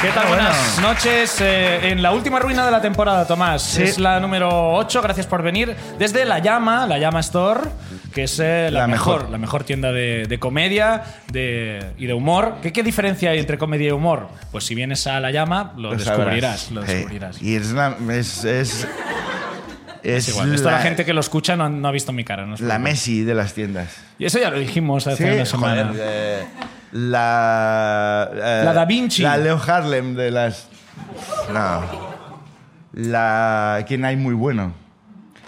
¿Qué tal? Buenas noches. eh, en la última ruina de la temporada, Tomás. Es la número 8. Gracias por venir. Desde La Llama, La Llama Store, que es eh, la, La mejor, mejor. la mejor tienda de, de comedia de- y de humor. ¿Qué, ¿Qué diferencia hay entre comedia y humor? Pues si vienes a La Llama, lo, Lo descubrirás. sabrás. Lo Sí. descubrirás. Y es una. Es. Es, es Es igual. Esto la gente que lo escucha no, no ha visto mi cara. no os La preocupéis. Messi de las tiendas. Y eso ya lo dijimos hace una semana. joder, eh, la. eh, La Da Vinci. La Leo Harlem de las. No. La. ¿Quién hay muy bueno?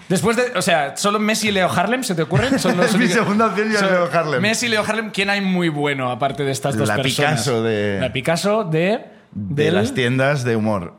Después de, o sea, solo Messi y Leo Harlem, ¿se te ocurren? Son los Mi únicos- segunda opción ya es son Leo Harlem. Messi y Leo Harlem, ¿quién hay muy bueno aparte de estas dos La personas? Picasso de- La Picasso de... De del- las tiendas de humor.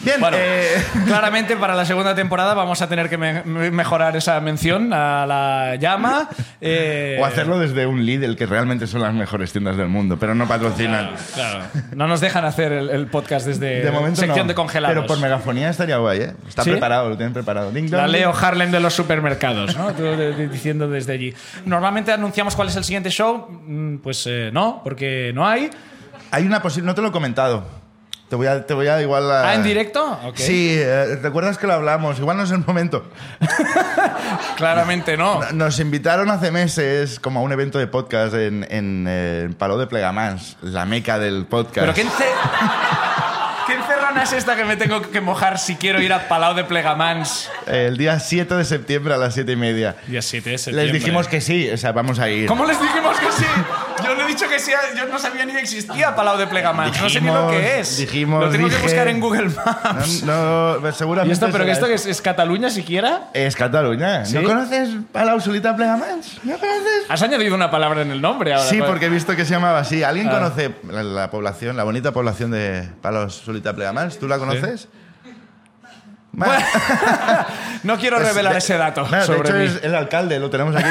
Bien, Bueno, eh, claramente para la segunda temporada vamos a tener que me- me- mejorar esa mención a la llama. eh, o hacerlo desde un Lidl, que realmente son las mejores tiendas del mundo, pero no patrocinan. Claro, claro. No nos dejan hacer el, el podcast desde De momento Eh, sección no, de congelados. Pero por megafonía estaría guay, ¿eh? Está ¿Sí? preparado, lo tienen preparado. Ding La dong, Leo Harlem de los supermercados, ¿no? Tú de- de- diciendo desde allí. Normalmente anunciamos cuál es el siguiente show. Mm, Pues eh, no, porque no hay. Hay una posibilidad, no te lo he comentado. Te voy a, te voy a igual a... ¿Ah, en directo? Ok. Sí, eh, ¿recuerdas que lo hablamos? Igual no es el momento. Claramente no. Nos invitaron hace meses como a un evento de podcast en, en, eh, en Palau de Plegamans, la meca del podcast. Pero qué, ence... ¿qué encerrona es esta que me tengo que mojar si quiero ir a Palau de Plegamans El día 7 de septiembre a las 7 y media. día 7 de septiembre? Les dijimos que sí, o sea, vamos a ir. ¿Cómo les dijimos que sí? Yo le he dicho que sí, a- yo no sabía ni que existía Palau de Plegamans. no sé ni lo Dijimos, que es. dijimos, lo tengo que dije- buscar en Google Maps. No, no, seguramente. ¿Y esto, pero será que esto es, es Cataluña siquiera? Es Cataluña. ¿Sí? ¿No conoces Palau Solita Plegamans? ¿No conoces? Has añadido una palabra en el nombre ahora. Sí, ¿cuál? porque he visto que se llamaba así. ¿Alguien Ah. conoce la, la población, la bonita población de Palos Solita Plegamans? ¿Tú la conoces? Ma- No quiero es- revelar de- ese dato Claro, de sobre hecho mí. es el alcalde, lo tenemos aquí.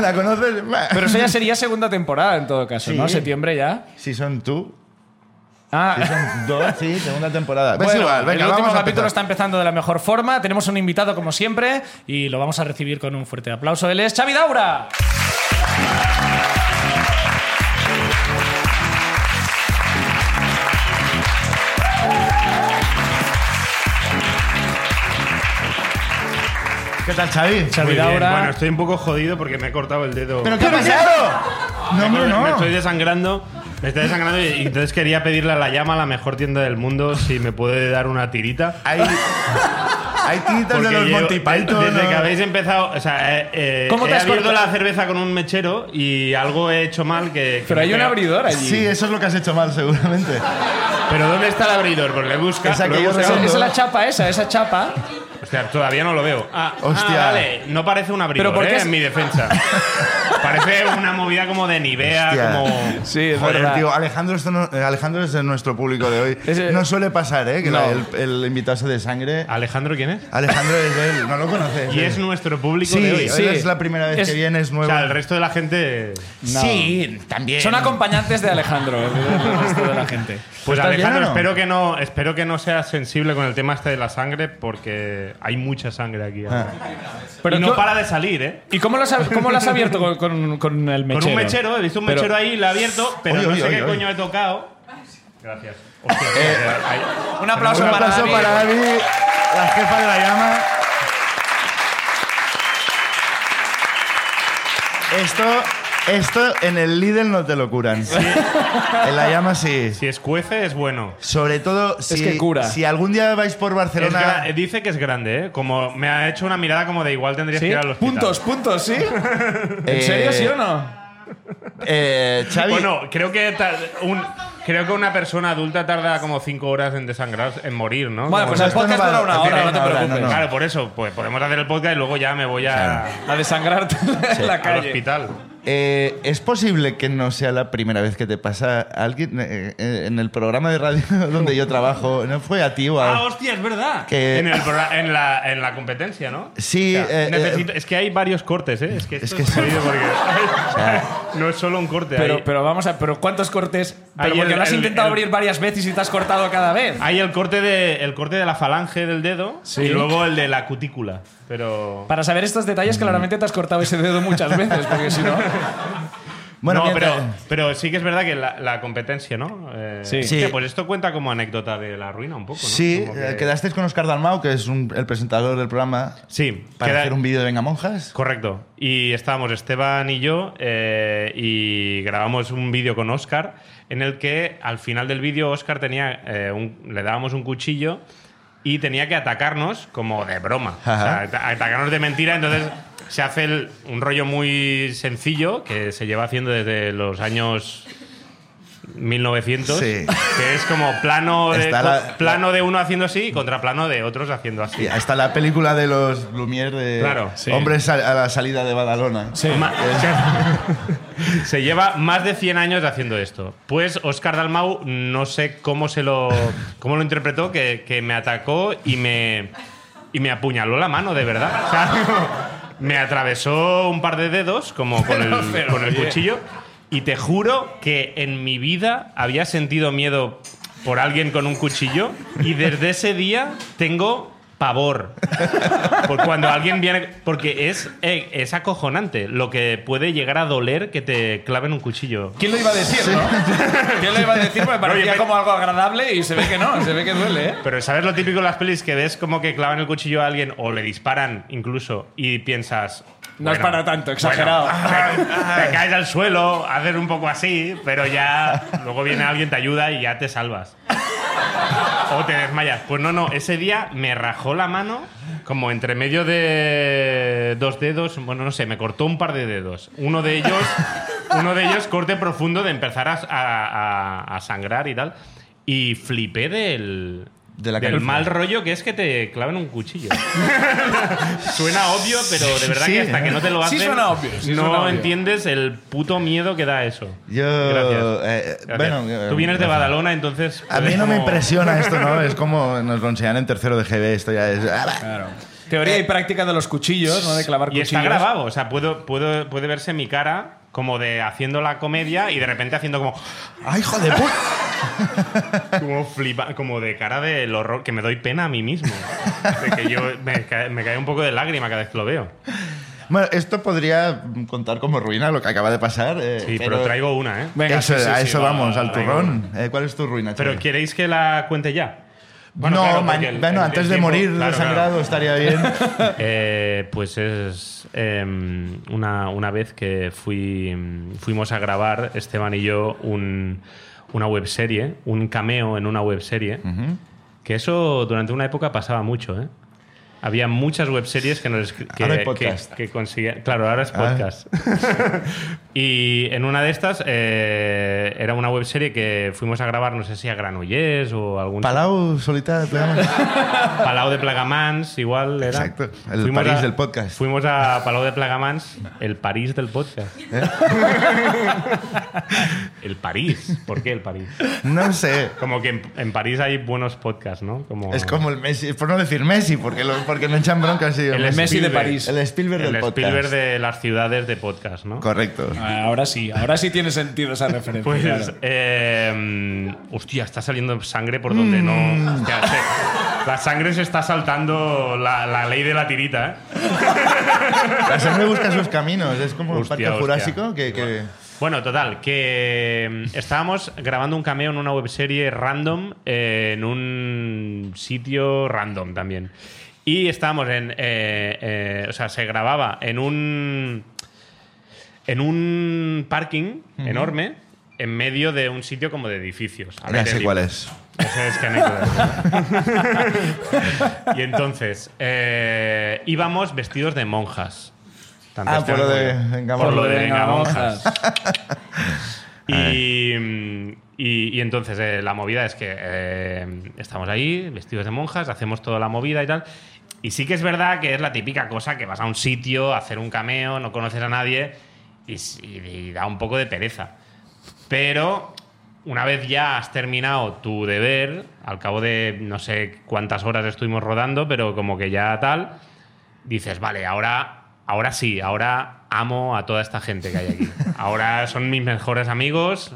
¿La conoces? Ma- Pero eso ya sería segunda temporada en todo caso, Sí. ¿no? Septiembre ya. Si son tú, Ah. si son dos, sí, segunda temporada. Pues Bueno, igual, venga, el último vamos a capítulo está empezar. empezando de la mejor forma. Tenemos un invitado como siempre y lo vamos a recibir con un fuerte aplauso. Él es Xavi Daura. ¿Qué tal, Xavi? Xavi Muy bien. Daura. Bueno, estoy un poco jodido porque me he cortado el dedo. ¿Pero qué ha pasado? No, me, hombre, me no. estoy desangrando. Me está desangrando y, y entonces quería pedirle a la llama, la mejor tienda del mundo, si me puede dar una tirita. Hay, hay tiritas de Porque los yo- Monty Python. Desde ¿no? que habéis empezado, o sea, eh, eh, ¿Cómo te he has abierto cortado? la cerveza con un mechero y algo he hecho mal que. que Pero me hay un pega. abridor allí. Sí, eso es lo que has hecho mal, seguramente. Pero ¿dónde está el abridor? Pues le busca. Esa lo que he yo buscado. Esa, redondo. esa es la chapa esa, esa chapa. Hostia, todavía no lo veo. Ah, Hostia. ah, vale, no parece un abridor, Pero ¿por qué ¿eh? es- en mi defensa. parece una movida como de Nivea, Hostia. Ah, como... Sí, es Joder, verdad. tío, Alejandro, esto no- eh, Alejandro es nuestro público de hoy. Es, eh, no suele pasar, ¿eh? Que la- no. el, el invitado se de sangre. ¿Alejandro quién es? Alejandro es él, no lo conoces. Y eh. es nuestro público Sí, de hoy. él sí. es la primera vez Es- que viene, es O nuevo. sea, el resto de la gente... No. Sí, también. Son acompañantes de Alejandro, el resto de la gente. Pues ¿Estás bien Alejandro, o no? espero que no, espero que no seas sensible con el tema este de la sangre, porque hay mucha sangre aquí. Ah. Pero y no tú- para de salir, ¿eh? ¿Y cómo lo has, cómo lo has abierto con, con- con el mechero? Con un mechero, he visto un mechero Pero- ahí, lo he abierto, pero Oye, no oye, sé oye, Eh, qué oye. coño he tocado. Gracias. Hostia, hay- Un aplauso, Un para, aplauso David. para David, la jefa de la llama. Esto, esto en el Lidl no te lo curan. En la llama sí. Si escuece, es bueno. Sobre todo si, que cura. si algún día vais por Es Barcelona. gra- dice que es grande, ¿eh? Como me ha hecho una mirada como de igual tendrías ¿Sí? que ir al hospital. Puntos, puntos, ¿sí? ¿En Eh, serio, sí o no? Eh, Xavi, Bueno, creo que ta- un- creo que una persona adulta tarda como cinco horas en desangrar, en morir, ¿no? Bueno, Como- pues no, el esto no podcast va- dura una no hora, no tiene te una hora, no, preocupes. no. Claro, por eso, pues podemos hacer el podcast y luego ya me voy a, A desangrarte en la al calle. hospital. eh, ¿es posible que no sea la primera vez que te pasa a alguien eh, eh, en el programa de radio donde yo trabajo? ¿No fue a ti o a- Ah, hostia, es verdad. Que- Eh, En, el progra- en la, en la competencia, ¿no? Sí, O sea, eh, necesito- es que hay varios cortes, ¿eh? Es que, esto Es que es sí. jodido porque no es solo un corte. Pero, hay, pero vamos a. Pero ¿cuántos cortes? Pero Ahí porque el- lo has el- intentado el- Ah. abrir varias veces y te has cortado cada vez. hay el corte de el corte de la falange del dedo Sí. y luego el de la cutícula. Pero Para saber estos detalles, claramente te has cortado ese dedo muchas veces, porque si no. Bueno, no, pero, mientras- pero sí que es verdad que la, la competencia, ¿no? Eh, Sí. Sí. hostia, pues esto cuenta como anécdota de la ruina un poco, ¿no? Sí, Como eh, que- quedasteis con Oscar Dalmau, que es un- el presentador del programa, Sí, para queda- hacer un vídeo de Venga Monjas. Correcto. Y estábamos Esteban y yo eh, y grabamos un vídeo con Oscar en el que al final del vídeo Oscar tenía eh, un- le dábamos un cuchillo y tenía que atacarnos como de broma. O sea, Ajá. ata- atacarnos de mentira. Entonces se hace el- un rollo muy sencillo que se lleva haciendo desde los años 1900. Sí. Que es como plano de, Está la- plano de uno haciendo así y contraplano de otros haciendo así. Y hasta la película de los Lumière de Claro, sí. Hombres a, a la salida de Badalona. Sí. Ma- se lleva más de 100 años haciendo esto. Pues Oscar Dalmau, no sé cómo se lo, cómo lo interpretó, que, que me atacó y me, y me apuñaló la mano, de verdad. O sea, me atravesó un par de dedos, como con el, pero, con el oye. cuchillo. Y te juro que en mi vida había sentido miedo por alguien con un cuchillo. Y desde ese día tengo pavor. Por cuando alguien viene. Porque es, eh, es acojonante lo que puede llegar a doler que te claven un cuchillo. ¿Quién lo iba a decir, no? ¿Quién lo iba a decir? Porque parecía me- como algo agradable y se ve que no, se ve que duele, ¿eh? Pero ¿sabes lo típico de las pelis que ves como que clavan el cuchillo a alguien o le disparan incluso y piensas... No es para tanto, exagerado. te, te caes al suelo, haces un poco así, pero ya luego viene alguien, te ayuda y ya te salvas. O te desmayas. Pues no, no, ese día me rajó la mano como entre medio de dos dedos, bueno, no sé, me cortó un par de dedos. Uno de ellos, uno de ellos corte profundo de empezar a, a- a- a sangrar y tal. Y flipé del, De la del cabeza. mal rollo que es que te claven un cuchillo. Suena obvio, pero de verdad Sí. que hasta que no te lo Sí hacen, suena obvio, sí no suena obvio. entiendes el puto miedo que da eso. Yo, Gracias. eh, Gracias. bueno, eh, Tú vienes de gracias. Badalona, entonces. A mí puedes no me como- impresiona esto, ¿no? Es como nos lo enseñan en tercero de GB. Esto ya es. Teoría y práctica de los cuchillos, ¿no? De clavar Eh, Y cuchillos. está grabado, o sea, puedo, puedo, puede verse mi cara como de haciendo la comedia y de repente haciendo como, ¡Ay, hijo de puta! como flipa, como de cara del horror, que me doy pena a mí mismo. De que yo me, cae- me cae un poco de lágrima cada vez que lo veo. Bueno, esto podría contar como ruina lo que acaba de pasar. eh, Sí, pero, traigo una, ¿eh? Venga, eso- sí, sí, a sí, eso va, vamos, va, al venga. turrón. Eh, ¿Cuál es tu ruina? Pero Xavi? ¿queréis que la cuente ya? no, claro, ma- porque el- bueno, el- antes el de tiempo- morir claro, desangrado claro. estaría bien. Eh, pues es em, una, una vez que fui, mm, fuimos a grabar, Esteban y yo, un, una webserie, un cameo en una webserie, que eso durante una época pasaba mucho, ¿eh? Había muchas webseries que nos escri- que, Ahora hay podcast. que- que consiguen- Claro, ahora es Ah. podcast. y en una de estas eh, era una webserie que fuimos a grabar, no sé si a Granollers o algún Palau, solita, plegamos. Palau de Plagamans, igual era. Exacto, el París del podcast. Fuimos a Palau de Plagamans, el París del podcast. ¿Eh? el París, ¿por qué el París? No sé. Como que en, en París hay buenos podcasts, ¿no? Como Es como el Messi, por no decir Messi, porque, lo- porque me echan bronca así. El Messi de Spielberg. París. El Spielberg el del podcast. Spielberg de las ciudades de podcast, ¿no? Correcto. Ah, Ahora sí, ahora sí tiene sentido esa referencia. Pues, claro. eh, hostia, está saliendo sangre por donde no. Mm. Hostia, se- la sangre se está saltando la, la ley de la tirita, ¿eh? La sangre Pues busca sus caminos, es como Hostia, un parque hostia. jurásico que... que- Bueno, total, que mm, estábamos grabando un cameo en una webserie random eh, en un sitio random también. Y estábamos en. eh, eh, o sea, se grababa en un. En un parking enorme en medio de un sitio como de edificios. al Ah, Ya aire sé libre. cuál es. Eso es que anécdota. y entonces, eh, íbamos vestidos de monjas. Tanto Ah, este por lo como de yo. Venga Por lo de Venga, Venga Monjas. monjas. Y, mm, y- y entonces eh, la movida es que eh, estamos ahí, vestidos de monjas, hacemos toda la movida y tal. Y sí que es verdad que es la típica cosa que vas a un sitio, a hacer un cameo, no conoces a nadie y, s- y- y da un poco de pereza. Pero una vez ya has terminado tu deber, al cabo de no sé cuántas horas estuvimos rodando, pero como que ya tal, dices, vale, ahora, ahora sí, ahora amo a toda esta gente que hay aquí. Ahora son mis mejores amigos.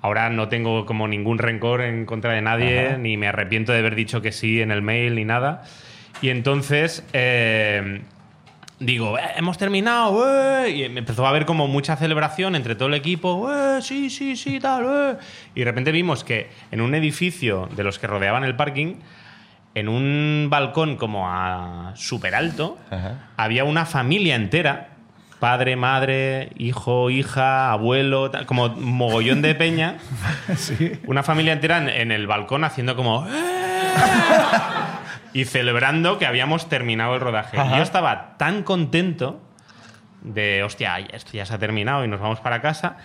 Ahora no tengo como ningún rencor en contra de nadie, ni me arrepiento de haber dicho que sí en el mail ni nada. Y entonces eh, digo, "Eh, hemos terminado, eh", y me empezó a haber como mucha celebración entre todo el equipo, "Eh, sí, sí, sí, tal, eh". y de repente vimos que en un edificio de los que rodeaban el parking, en un balcón como a súper alto, Ajá. había una familia entera, padre, madre, hijo, hija, abuelo, tal, como mogollón de peña, una familia entera en, en el balcón haciendo como... "Eh", y celebrando que habíamos terminado el rodaje. Yo estaba tan contento de, hostia, esto ya se ha terminado y nos vamos para casa,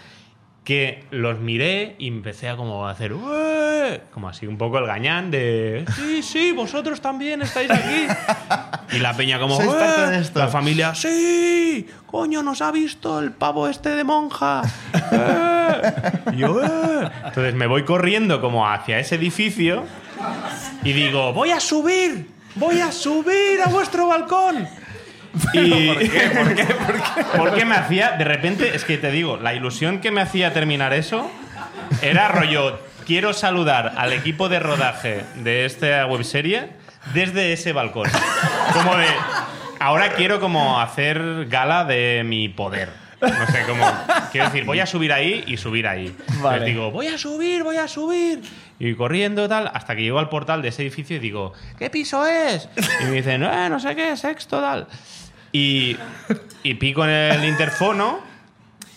que los miré y empecé a como hacer, "Ué", como así un poco el gañán de, sí, sí, vosotros también estáis aquí. Y la peña como, Sois parte "Ué". de esto. la familia, sí, coño, nos ha visto el pavo este de monja. "Ué". Y yo, "Ué". Entonces me voy corriendo como hacia ese edificio y digo, voy a subir, voy a subir a vuestro balcón. Y- ¿Por qué? ¿Por qué? Porque me hacía, de repente, es que te digo, la ilusión que me hacía terminar eso era rollo, quiero saludar al equipo de rodaje de esta webserie desde ese balcón. Como de, ahora quiero como hacer gala de mi poder. No sé, como, quiero decir, voy a subir ahí y subir ahí. Vale. Les digo, voy a subir, voy a subir. Y corriendo tal, hasta que llego al portal de ese edificio y digo, ¿qué piso es? Y me dicen, eh, no sé qué, sexto tal. Y, y pico en el interfono,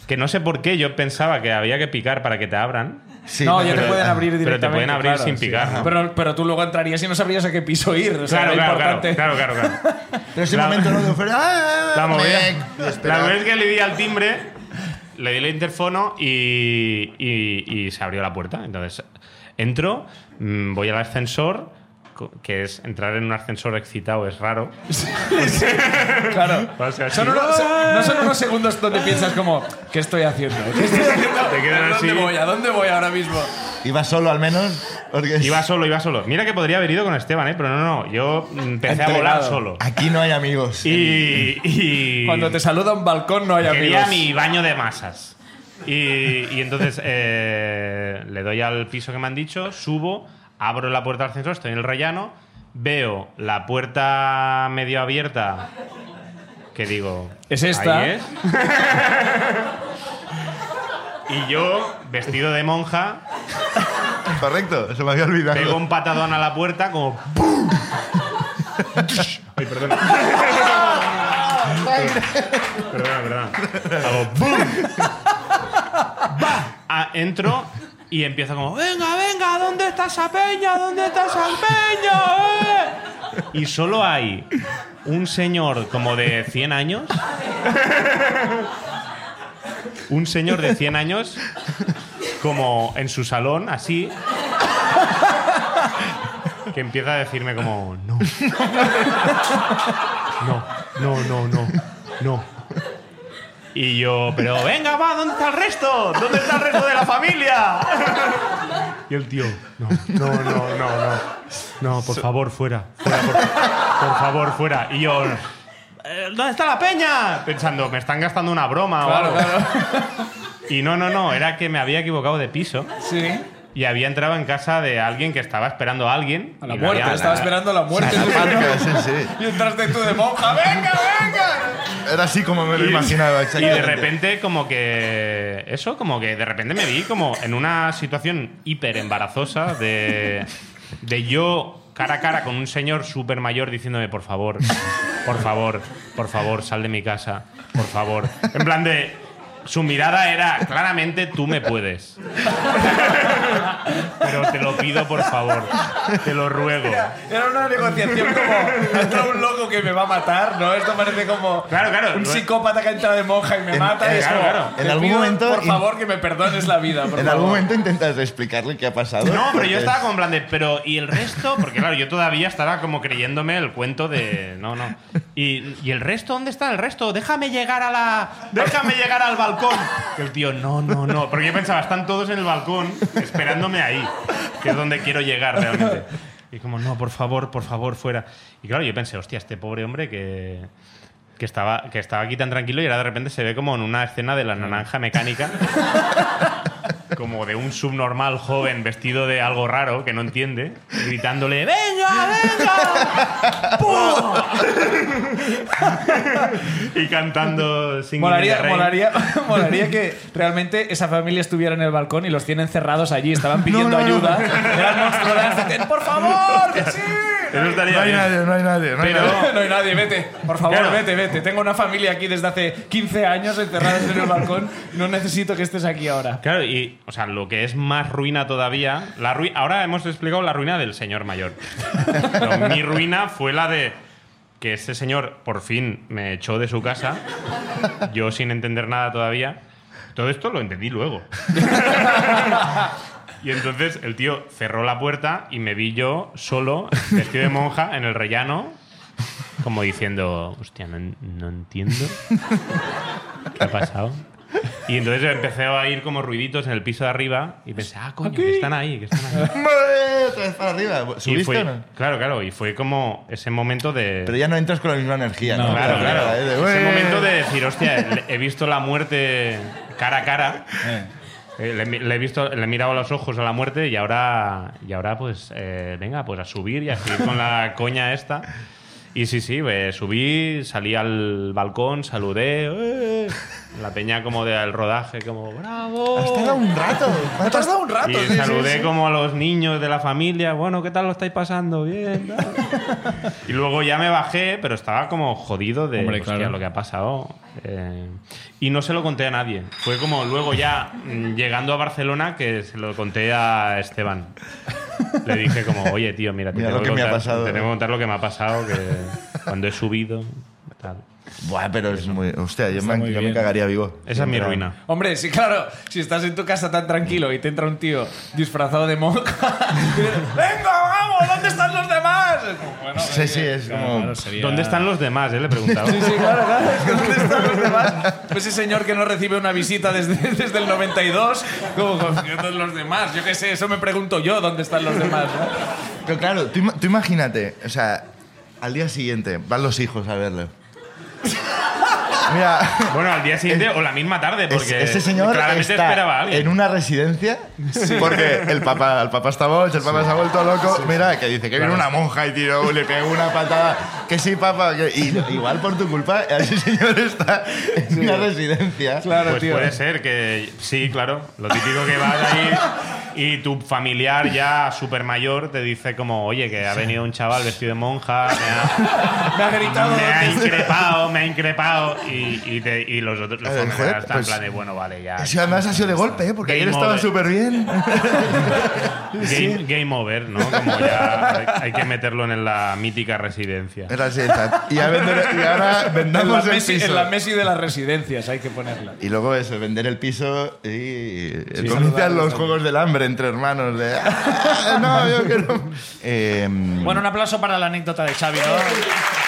que no sé por qué, yo pensaba que había que picar para que te abran. Sí, no, ya te pero- pueden ah, abrir pero te directamente. pueden abrir claro, sin picar, ¿no? Pero, pero tú luego entrarías y no sabrías a qué piso ir. o sea, Claro, era claro, claro, importante. claro, claro, claro. Pero ese La- momento no de oferta. ¡Ah, La movida, me- la espera. movida es que le di al timbre, le di el interfono y, y- y se abrió la puerta. Entonces entro, mm, voy al ascensor, co- que es entrar en un ascensor excitado es raro. Claro. O sea, Son sí. unos- son- no son unos segundos donde piensas como, ¿qué estoy haciendo? ¿Qué estoy haciendo? Te quedan así. ¿A dónde voy ahora mismo? Iba solo al menos. Porque Iba solo, iba solo. Mira que podría haber ido con Esteban, ¿eh? pero no, no. Yo mm, empecé a volar Entregado. solo. aquí no hay amigos. Y, y- Cuando te saluda un balcón no hay quería amigos. mi baño de masas. Y, y entonces eh, le doy al piso que me han dicho, subo, abro la puerta del ascensor, estoy en el rellano, veo la puerta medio abierta que digo... Es esta. "Ahí es". y yo, vestido de monja, Correcto, se me había olvidado. pego un patadón a la puerta como ¡pum! Ay, perdona. perdona, perdona. Hago ¡pum! ¡Bah! Ah, entro y empiezo como ¡Venga, venga! ¿Dónde está esa peña? ¿Dónde está esa peña? eh?". Y solo hay un señor como de 100 años. Un señor de 100 años como en su salón, así, que empieza a decirme como no no no no no no y yo pero venga va dónde está el resto dónde está el resto de la familia y el tío no no no no no no por favor fuera, fuera por, por favor fuera y yo "Eh, ¿Dónde está la peña? Pensando, me están gastando una broma o Claro, algo. claro. Y no, no, no, era que me había equivocado de piso. Sí. Y había entrado en casa de alguien que estaba esperando a alguien. A la Y muerte, había- estaba esperando la muerte. La marca, sí, sí. y entraste tú de monja, venga, venga. Era así como me lo Y- imaginaba. Y de exactamente. repente como que... Eso, como que de repente me vi como en una situación hiper embarazosa de, de yo cara a cara con un señor súper mayor diciéndome, por favor, por favor, por favor, sal de mi casa, por favor. En plan de... Su mirada era, claramente tú me puedes. Pero te lo pido, por favor. Te lo ruego. Era una negociación como, entra un loco que me va a matar, ¿no? Esto parece como Claro, claro. eh, un psicópata que entra de monja y me En- mata. y es claro, como, claro. te En algún pido, momento- Por favor, que me perdones la vida. por En algún favor. momento intentas explicarle qué ha pasado. No, pero porque- yo estaba como en plan de, pero ¿y el resto? Porque claro, yo todavía estaba como creyéndome el cuento de, no, no. ¿Y, y el resto? ¿Dónde está el resto? Déjame llegar a la... Déjame llegar al balcón. Y el tío, no, no, no. Porque yo pensaba, están todos en el balcón esperándome ahí, que es donde quiero llegar realmente. Y como, no, por favor, por favor, fuera. Y claro, yo pensé, hostia, este pobre hombre que... Que estaba, que estaba aquí tan tranquilo y ahora de repente se ve como en una escena de la naranja mecánica como de un subnormal joven vestido de algo raro que no entiende, gritándole ¡Venga, venga! ¡Pum! y cantando sin Molaría, molaría, molaría que realmente esa familia estuviera en el balcón y los tienen cerrados allí, estaban pidiendo no, no. ayuda. Era el monstruo de ¡Por favor! ¡Que sí! Eso estaría No hay bien. nadie, no hay nadie. No hay Pero- nadie. No, no hay nadie, vete. Por favor, Claro. vete, vete. Tengo una familia aquí desde hace 15 años encerrados en el balcón. No necesito que estés aquí ahora. Claro, y o sea, lo que es más ruina todavía, la rui- ahora hemos explicado la ruina del señor mayor. Pero mi ruina fue la de que este señor por fin me echó de su casa, yo sin entender nada todavía. Todo esto lo entendí luego. Y entonces el tío cerró la puerta y me vi yo solo, vestido de monja, en el rellano, como diciendo, hostia, no, en- no entiendo qué ha pasado. Y entonces empecé a ir como ruiditos en el piso de arriba y pensé, ah, coño, que están ahí, que están ahí. ¡Hombre! Otra vez para arriba. Y ¿Subiste fue, o no? claro, claro, y fue como ese momento de... Pero ya no entras con la misma energía. No, Claro, Otra claro. vez, ¿eh? Ese ¡eh! momento de decir, hostia, le- he visto la muerte cara a cara. Eh, Le, le he visto, le he mirado a los ojos a la muerte y ahora, y ahora pues, eh, venga, pues a subir y a seguir con la coña esta. Y sí, sí, eh, subí, salí al balcón, saludé. ¡eh! La peña como del rodaje, como, bravo. Has tardado un rato. No te has dado un Ah, rato. Y sí, sí, saludé sí. como a los niños de la familia, bueno, ¿qué tal lo estáis pasando? Bien. tal. y luego ya me bajé, pero estaba como jodido de Hombre, hostia, claro. lo que ha pasado. Eh, y no se lo conté a nadie. Fue como luego ya mm, llegando a Barcelona que se lo conté a Esteban. Le dije como, oye tío, mira, te Mira tengo lo que me ha pasado". te tengo que contar lo que me ha pasado, que cuando he subido, tal. Buah, pero es muy. Hostia, yo, muy me, yo me bien. cagaría vivo. Esa es mi Pero- ruina. Hombre, sí, claro, si estás en tu casa tan tranquilo y te entra un tío disfrazado de monja, y dices, ¡Venga, vamos! ¿Dónde están los demás? Es como, bueno, Sí, sí, es como. ¿Dónde están los demás? eh? Le preguntaba. Sí, sí, claro, claro. es que ¿Dónde están los demás? Pues Ese señor que no recibe una visita desde, desde el 92, como, "¿Dónde están los demás? Yo qué sé, eso me pregunto yo, ¿dónde están los demás? no? Pero claro, tú, ima- tú imagínate, o sea, al día siguiente van los hijos a verlo. Mira, Bueno, al día siguiente o la misma tarde, es- porque ese señor claramente esperaba a está alguien. en una residencia porque el papá, el papá está boch, el papá se ha vuelto loco. Mira, que dice que viene una monja y tiro, le pego una patada. Que sí, papá. que- y igual por tu culpa, ese señor está en una residencia. Claro, Pues tío. ¿eh? puede ser que sí, claro. Lo típico que vas ahí y tu familiar ya súper mayor te dice como, oye, que ha venido un chaval vestido de monja, me Me ha ha, gritado. me ha "¿Dónde están?". increpado, me ha increpado. Y, y te- y los otros los A ver, familiares joder, están pues- en plan de, bueno, vale, ya. Eso además ha sido de golpe, ¿eh? porque Game ayer estaba over. súper bien. Game, game over, ¿no? Como ya hay, hay que meterlo en la mítica residencia. Era así, exacto. y, ya vender- y ahora En la, vendamos el Messi, en piso. la Messi de las residencias, hay que ponerla. Y luego eso, vender el piso y eh, comienzan saludarlos los también. juegos del hambre entre hermanos. De, "Ah, no, yo quiero... Eh, Bueno, un aplauso para la anécdota de Xavi, ¿no?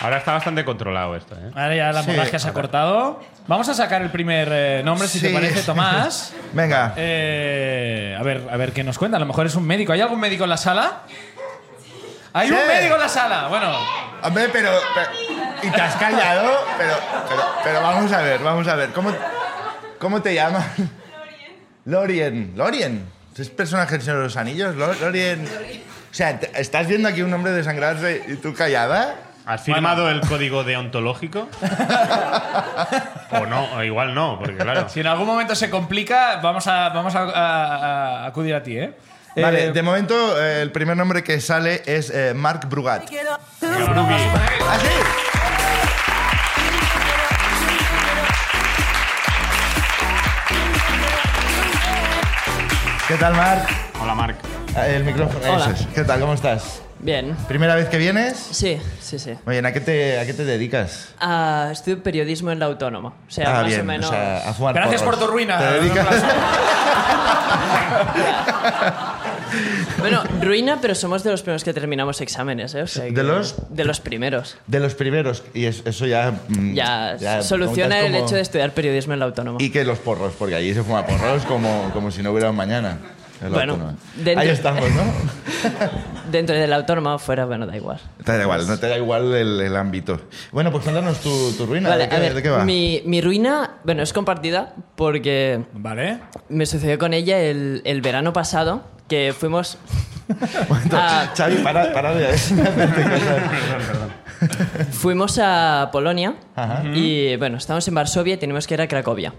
Ahora está bastante controlado esto, ¿eh? Ahora ya la Sí. montaje se ha cortado. Vamos a sacar el primer eh, nombre, si te Sí. parece, Tomás. Venga, Eh, a ver, a ver qué nos cuenta. A lo mejor es un médico. ¿Hay algún médico en la sala? ¡Hay Sí. un médico en la sala! Bueno, hombre, pero, pero- Y te has callado, pero, pero, pero vamos a ver, vamos a ver. ¿Cómo, cómo te llamas? Lorien. Lorien. ¿Es personaje de los anillos? Lo- Lorien... O sea, te- ¿estás viendo aquí un hombre desangrarse y tú callada? ¿Has firmado el código deontológico? o no, o igual no, porque claro. si en algún momento se complica, vamos a, vamos a, a- a acudir a ti, ¿eh? Vale, Eh, de momento eh, el primer nombre que sale es eh, Marc Brugat. Gabrugi. ¡Así! ¿Qué tal, Marc? Hola, Marc. Ah, El micrófono. Hola. eso es. ¿Qué tal? ¿Cómo estás? Bien. ¿Primera vez que vienes? Sí, sí, sí. Muy bien, ¿a qué te, a qué te dedicas? Ah, Ah, estudio periodismo en la autónoma. O sea, más o menos. o sea, a fumar Gracias porros. por tu ruina. ¿Te dedicas? Bueno, ruina, pero somos de los primeros que terminamos exámenes, ¿eh? O sea, ¿De que- los? De los primeros. De los primeros, y es- eso ya... mm, Ya, ya soluciona preguntas el como- hecho de estudiar periodismo en la autónoma. Y que los porros, porque allí se fuma porros como, como si no hubiera un mañana. en la Bueno, autónoma. dentro- Ahí estamos, ¿no? Dentro del autónomo o fuera, bueno, da igual. Te da igual, no te da igual el, el ámbito. Bueno, pues cuéntanos tu, tu ruina. Vale, ¿de, qué, a ver, de qué va? Mi, mi ruina, bueno, es compartida porque ¿Vale? me sucedió con ella el, el verano pasado, que fuimos... Entonces, Ah. Xavi, para, para de Fuimos a Polonia y bueno, estábamos en Varsovia y teníamos que ir a Cracovia.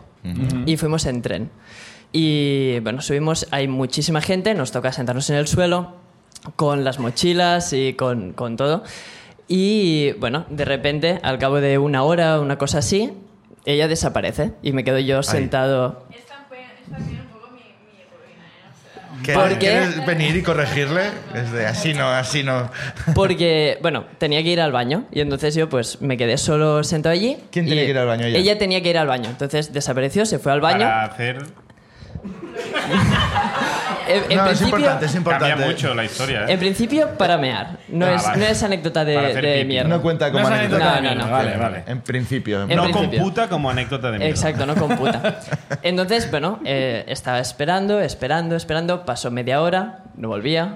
Y fuimos en tren. Y bueno, subimos, hay muchísima gente, nos toca sentarnos en el suelo con las mochilas y con, con todo. Y bueno, de repente, al cabo de una hora, una cosa así, ella desaparece y me quedo yo sentado. Esta fue, esta fue un poco mi, mi ruina, ¿eh? O sea, ¿Qué- ¿Por qué? ¿Quieres venir y corregirle? Es de así no, así no. Porque, bueno, tenía que ir al baño y entonces yo pues me quedé solo sentado allí. ¿Quién y tenía que ir al baño ella? Ella tenía que ir al baño, entonces desapareció, se fue al baño. Para hacer. En, en no, es principio, importante, es Cambia importante. mucho la historia, en ¿eh? principio, para mear. No, Ah, es, vale. no es anécdota Para de, hacer de pipí. mierda. No cuenta como No es anécdota. anécdota de No, no, mierda, no. vale, vale. En principio. en- En No principio. computa como anécdota de mierda. Exacto, no computa. Entonces, bueno, eh, estaba esperando, esperando, esperando. Pasó media hora, no volvía.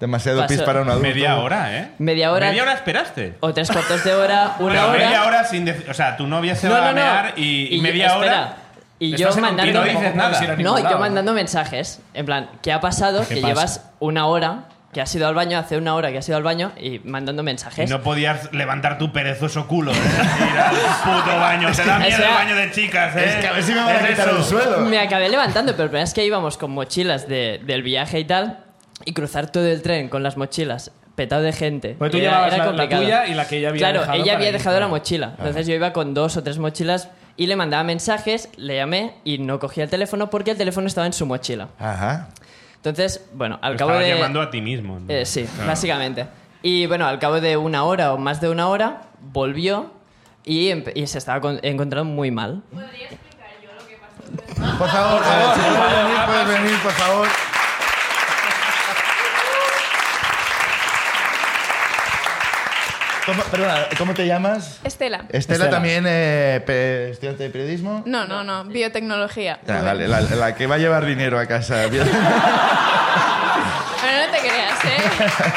Demasiado Pasó- pis para un adulto. Media hora, ¿eh? Media hora. Media hora esperaste. O tres cuartos de hora, una Pero hora. media hora sin decir. O sea, tu novia se No, va no, a no. mear y, y media espera, hora. Y le yo estás en un mandando. tiro y dices Tampoco puedes ir nada. a No, ningún yo lado. mandando mensajes. En plan, ¿qué ha pasado? ¿Qué que pasa? llevas una hora, que has ido al baño, hace una hora que has ido al baño y mandando Y mensajes. no podías levantar tu perezoso culo, ¿eh? Ir al puto baño. Se da miedo O sea, el baño de chicas, ¿eh? Es que a ver si me van a Es quitar eso. el suelo. Me acabé levantando, pero el problema es que íbamos con mochilas de- del viaje y tal, y cruzar todo el tren con las mochilas, petado de gente. Porque tú era, llevabas era la- la complicado. tuya y la que ella había Claro, dejado ella para había ir, dejado la claro. mochila. Entonces yo iba con dos o tres mochilas y le mandaba mensajes, le llamé y no cogía el teléfono porque el teléfono estaba en su mochila. Ajá. Entonces, bueno, al Te cabo estabas de. llamando a ti mismo. ¿no? Eh, sí, básicamente. Y bueno, al cabo de una hora o más de una hora, volvió y, empe- y se estaba con- encontrando muy mal. ¿podría explicar yo lo que pasó? Por favor, a ver, si puedes venir, puedes venir, por favor. ¿Cómo, perdona, ¿cómo te llamas? Estela. Estela, Estela. también eh, pe- estudiante de periodismo. No, no, no, biotecnología. Ah, vale, la, la que va a llevar dinero a casa. Bio- Bueno, no te creas, ¿eh?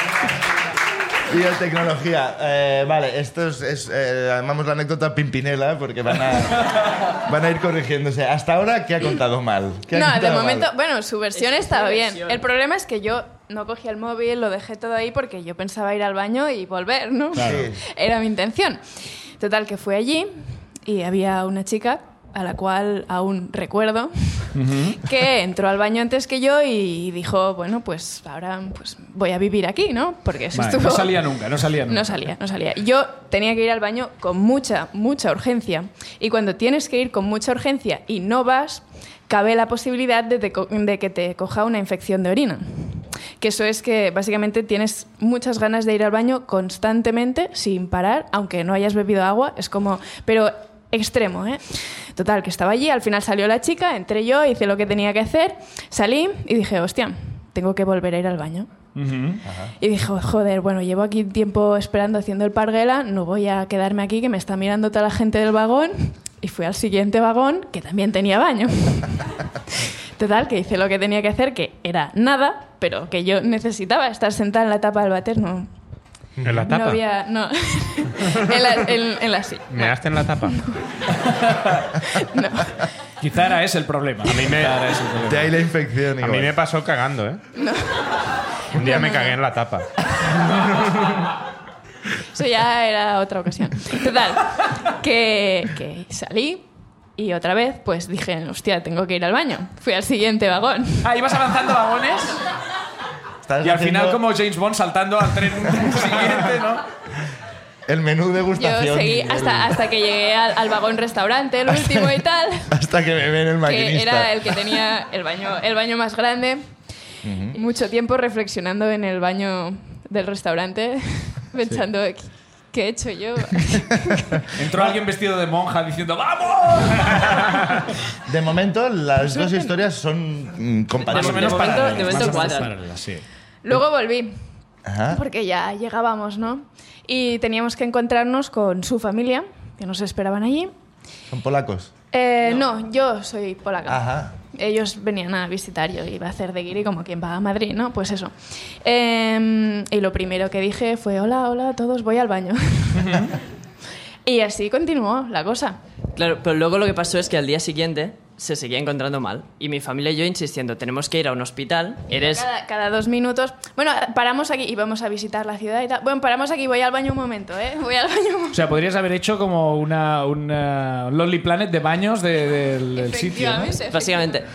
Biotecnología. Eh, vale, esto es, es, eh, llamamos la anécdota Pimpinela porque van a, van a ir corrigiéndose. Hasta ahora, ¿qué ha contado mal? ¿Qué ha No, de contado mal? momento, bueno, su versión Es su estaba bien. versión. El problema es que yo no cogí el móvil, lo dejé todo ahí porque yo pensaba ir al baño y volver, ¿no? Sí. Era mi intención. Total, que fui allí y había una chica a la cual aún recuerdo que entró al baño antes que yo y dijo, bueno, pues ahora pues voy a vivir aquí, ¿no? Porque eso Vale, estuvo... no salía nunca, no salía nunca. No salía, no salía. Yo tenía que ir al baño con mucha, mucha urgencia. Y cuando tienes que ir con mucha urgencia y no vas, cabe la posibilidad de, te co- de que te coja una infección de orina. Que eso es que básicamente tienes muchas ganas de ir al baño constantemente, sin parar, aunque no hayas bebido agua. Es como. Pero extremo, ¿eh? Total, que estaba allí, al final salió la chica, entré yo, hice lo que tenía que hacer, salí y dije, hostia, tengo que volver a ir al baño. Y dijo, joder, bueno, llevo aquí tiempo esperando haciendo el parguela, no voy a quedarme aquí que me está mirando toda la gente del vagón. Y fui al siguiente vagón, que también tenía baño. Total, que hice lo que tenía que hacer, que era nada, pero que yo necesitaba estar sentada en la tapa del váter, no, ¿En la no tapa? había... No, en la, en, en la sí. ¿Me daste en la tapa? A Quizá era ese el problema. mí Quizá me, era a ese el problema. De ahí la infección. igual. mí me pasó cagando, ¿eh? Un día me cagué en la tapa. Eso ya era otra ocasión. Total, que, que salí y otra vez pues dije, hostia, tengo que ir al baño. Fui al siguiente vagón. Ah, ibas avanzando vagones Estás y al haciendo final como James Bond saltando al tren siguiente, ¿no? El menú Yo degustación. seguí del- hasta, hasta que llegué al, al vagón restaurante, el último y tal, hasta que me ven el que maquinista. era el que tenía el baño, el baño más grande. Mucho tiempo reflexionando en el baño del restaurante, pensando, "¿Qué- ¿qué he hecho yo? Entró alguien vestido de monja diciendo ¡Vamos! De momento, las dos historias son mm, Más compatibles. o menos paralelas, paralelas, de momento más o menos cuadran. paralelas, sí. Luego volví. Ajá. Porque ya llegábamos, ¿no? Y teníamos que encontrarnos con su familia, que nos esperaban allí. Son polacos. Eh, no. yo soy polaca. Ajá. Ellos venían a visitar, yo iba a hacer de guiri como quien va a Madrid, ¿no? Pues eso. Eh, y lo primero que dije fue, hola, hola a todos, voy al baño. y así continuó la cosa. Claro, pero luego lo que pasó es que al día siguiente se seguía encontrando mal. Y mi familia y yo insistiendo, tenemos que ir a un hospital. Eres... Cada, cada dos minutos. Bueno, paramos aquí y vamos a visitar la ciudad y tal. Bueno, paramos aquí, voy al baño un momento, ¿eh? Voy al baño un O momento. sea, podrías haber hecho como una, una un Lonely Planet de baños de- del, del sitio. ¿no? Efectivamente, Básicamente.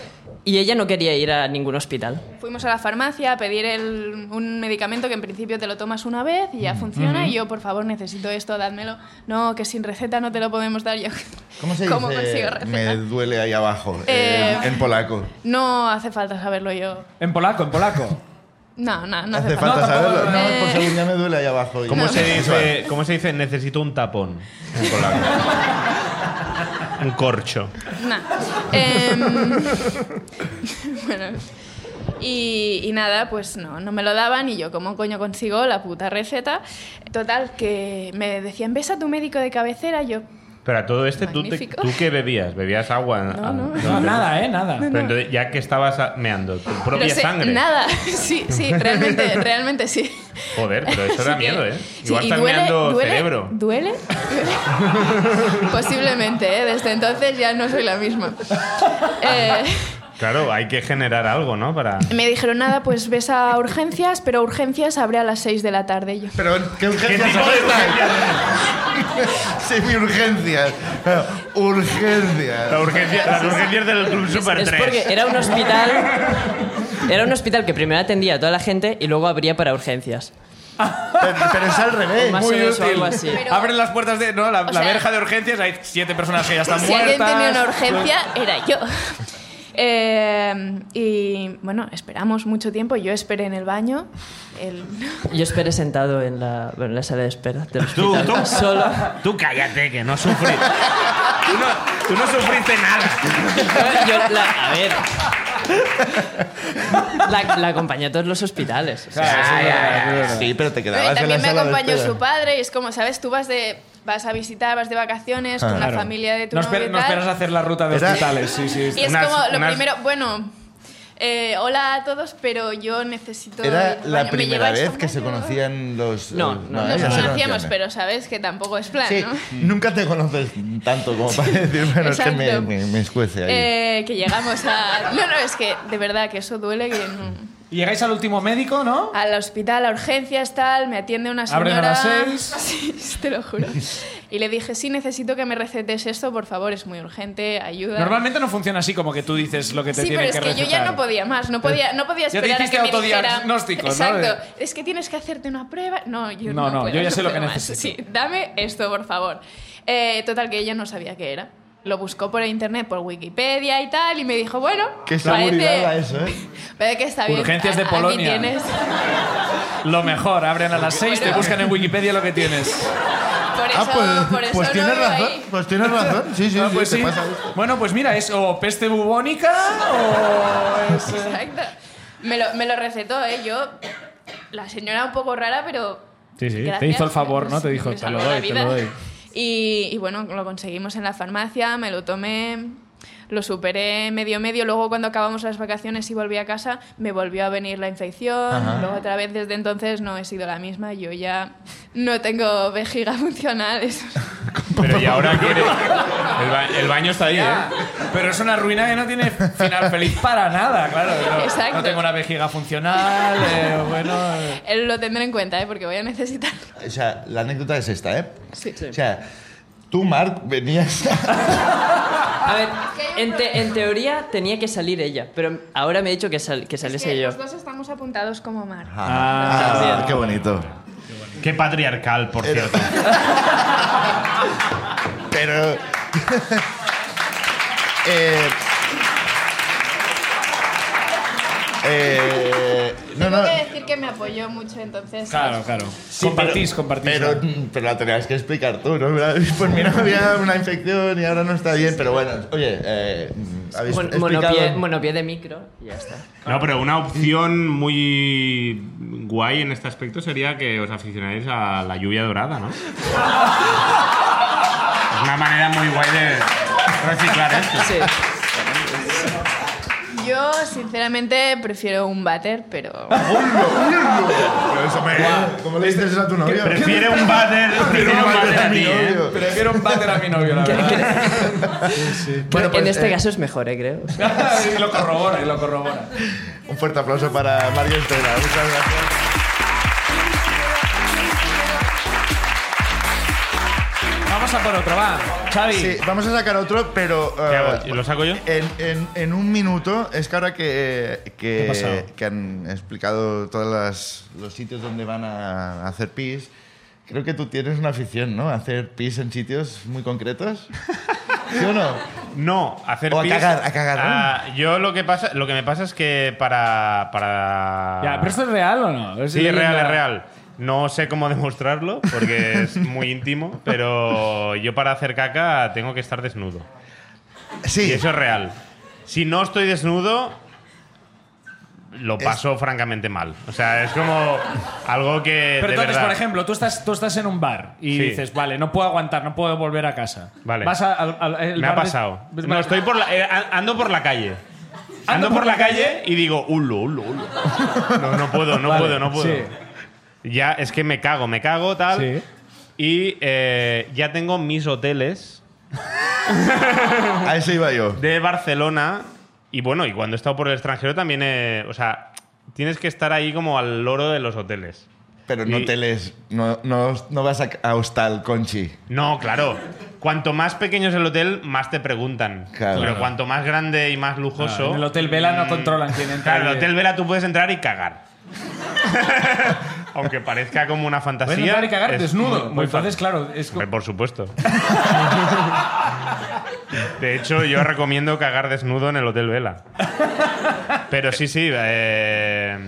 Y ella no quería ir a ningún hospital. Fuimos a la farmacia a pedir el- un medicamento que en principio te lo tomas una vez y ya funciona. Y yo, por favor, necesito esto, dádmelo. No, que sin receta no te lo podemos dar yo. ¿Cómo se dice? consigo receta? Me duele ahí abajo. Eh, en- en polaco. No hace falta saberlo yo. En polaco, en polaco. No, no, no hace, Hace falta No, tampoco, saberlo. No, eh. por según ya me duele ahí abajo. ¿Cómo, Y- se Visual. dice, ¿Cómo se dice necesito un tapón? En polaco. Un corcho. Nah. Em, bueno. Y, y nada, pues no, no me lo daban y yo, ¿cómo coño consigo la puta receta? Total, que me decían, ¿ves a tu médico de cabecera? Yo, Pero a todo este, ¿tú, te- Magnífico. ¿tú qué bebías? ¿Bebías agua? No, no. No, nada, ¿eh? Nada. Pero entonces, ya que estabas a- meando tu propia no sé sangre. nada. Sí, sí, realmente, realmente sí. Joder, pero eso da Así que- miedo, ¿eh? sí, Igual y estás duele- meando duele- cerebro. ¿Duele? ¿Duele? Posiblemente, ¿eh? Desde entonces ya no soy la misma. Eh, Claro, hay que generar algo, ¿no? Para... Me dijeron, nada, pues ves a urgencias, pero urgencias abre a las 6 de la tarde. Y Yo, Pero, ¿qué ¿Qué urgencias tipo de urgencia? Semi-urgencias. Claro, Urgencias. La urgencia- las urgencias del Club Super Es 3. porque era un hospital. Era un hospital que primero atendía a toda la gente y luego abría para urgencias. Pero, pero es al revés. Más Muy o menos o útil. algo así. Pero- Abren las puertas de. No, la, la sea- verja de urgencias, hay siete personas que ya están si alguien muertas. tenía una urgencia, era yo. Eh, y bueno, esperamos mucho tiempo. Yo esperé en el baño. El... Yo esperé sentado en la, bueno, en la sala de espera del Tú, hospital. tú. Solo. Tú cállate, que no sufrís. tú, no, tú no sufriste nada. Yo la- a ver. La, la acompañé a todos los hospitales. O sea, Claro, eso es verdad, eso es verdad. Sí, pero te Bueno, y quedabas en la también me sala de acompañó espera. su padre y es como, ¿sabes? Tú vas de vas a visitar, vas de vacaciones con la Claro. familia de tu no, novio esper- y no tal. esperas hacer la ruta de Era- hospitales, sí, sí. Y es Unas- como lo unas- primero, bueno, eh, hola a todos, pero yo necesito... Era ir al la baño. ¿Me primera lleváis vez al que se baño? conocían los... No, los- no, ya Nos se conocíamos, conocían. pero sabes que tampoco es plan, Sí, ¿no? nunca te conoces tanto como para decir, bueno, es que me, Exacto. me, me escuece ahí. Eh, que llegamos a... No, no, es que de verdad que eso duele. Que no. Y llegáis al último médico, ¿no? Al hospital, a urgencias, tal, me atiende una Abren señora... a las seis. Sí, te lo juro. Y le dije, sí, necesito que me recetes esto, por favor, es muy urgente, ayuda. Normalmente no funciona así como que tú dices lo que te Sí, pero tienen es que que yo ya recetar. no podía más, no podía, no podía Ya te esperar a hiciste que me autodiagnóstico, ¿no? dijera- De- Exacto. Es que tienes que hacerte una prueba. No, yo No, no, no, puedo, yo ya sé lo puedo que más. necesito. Sí, dame esto, por favor. Eh, total que ella no sabía qué era. Lo buscó por internet, por Wikipedia y tal, y me dijo, bueno, Qué seguridad da parece, eso, ¿eh? parece que está bien. Urgencias de a- aquí Polonia. tienes. Lo mejor, abren a las 6, te Bueno. buscan en Wikipedia lo que tienes. Por eso, ah, por pues, eso pues no tienes iba razón. ahí. Pues tienes razón. Sí, sí, Ah, sí, pues te sí. pasa esto. Bueno, pues mira, es o peste bubónica o es, eh, Exacto. Me lo, me lo recetó, ¿eh? Yo, la señora un poco rara, pero... Sí, sí, te gracias, hizo el favor, ¿no? sí, Te dijo, me "Te lo salvó la doy, te vida". lo doy. Y, y bueno, lo conseguimos en la farmacia, me lo tomé, lo superé medio medio. Luego cuando acabamos las vacaciones y volví a casa, me volvió a venir la infección. Ajá. Luego otra vez, desde entonces no he sido la misma. Yo ya no tengo vejiga funcional. eso es- Pero y ahora quiere. El, ba- el baño está ahí, ya. ¿eh? Pero es una ruina que no tiene final feliz para nada, claro. No, Exacto. no tengo una vejiga funcional, eh, bueno... eh. Eh, Lo tendré en cuenta, ¿eh? Porque voy a necesitarlo. O sea, la anécdota es esta, ¿eh? Sí. O sea, tú, Marc, venías... A ver, en, te- en teoría tenía que salir ella, pero ahora me ha dicho que, sal- que Es saliese que yo. los dos estamos apuntados como mar. Ah, qué bonito. Qué patriarcal, por Era- cierto. Pero... eh, eh, no, Tengo no, que decir que me apoyó mucho, entonces. Claro, claro. Sí, compartís, pero- compartís. Pero, mm, pero la tenías que explicar tú, ¿no? Pues mira, había una infección y ahora no está bien, pero bueno, oye, eh, habéis Mon- explicado... monopié, monopié de micro y ya está. No, pero una opción muy guay en este aspecto sería que os aficionáis a la lluvia dorada, ¿no? Es una una manera muy guay de reciclar esto. Sí. Yo, sinceramente, prefiero un váter, pero. Ah, Pero eso me- ¿Cómo le dices eso a tu novio? Prefiere un váter, prefiere un váter a ti, ¿eh? Prefiero un váter a mi novio, la verdad. Bueno, pues, en este eh, caso es mejor, eh, creo. y lo corrobora, y lo corrobora. Un fuerte aplauso para Mario Estela. Muchas gracias. Vamos a por otro, va. Xavi. Sí, vamos a sacar otro, pero... ¿Qué eh, hago? ¿Lo saco yo? En, en- en un minuto, es que ahora que, ha pasado? que, que han explicado todos los sitios donde van a hacer pis, creo que tú tienes una afición, ¿no? A Hacer pis en sitios muy concretos. ¿Sí o no? No, hacer O a pis- cagar, a cagar, ¿no? Ah, yo lo que pasa, lo que me pasa es que para para Ya, ¿Pero esto es real o no? Es Sí, es leyenda. real, es real. No sé cómo demostrarlo porque es muy íntimo, pero yo para hacer caca tengo que estar desnudo. Y Sí. eso es real. Si no estoy desnudo, lo paso francamente mal. O sea, es como algo que. Pero de entonces, verdad- por ejemplo, tú estás, tú estás en un bar y Sí. dices, vale, no puedo aguantar, no puedo volver a casa. Vale. Vas a- al- al- el Me ha bar de- pasado. Vale. No, estoy por la- eh, a- ando por la calle. Ando por la calle y digo, ulo, ulo, ulo. No, no puedo, no Vale, puedo, no puedo. sí. Ya es que me cago, me cago, tal. Sí. Y eh, ya tengo mis hoteles A eso iba yo. de Barcelona. Y bueno, y cuando he estado por el extranjero también, eh, o sea, tienes que estar ahí como al loro de los hoteles. Pero no Y- te lees, no, no, no vas a, a hostal, Conchi. No, claro. Cuanto más pequeño es el hotel, más te preguntan. Claro. Pero cuanto más grande y más Ah, lujoso. en el Hotel Vela no controlan quién entra. Claro, el y- Hotel Vela tú puedes entrar y cagar. Aunque parezca como una fantasía. Puedes entrar y cagar es desnudo. pues muy- muy entonces, fácil. claro, es como- Hombre, Por supuesto. De hecho, yo recomiendo cagar desnudo en el Hotel Vela. Pero sí, sí, eh,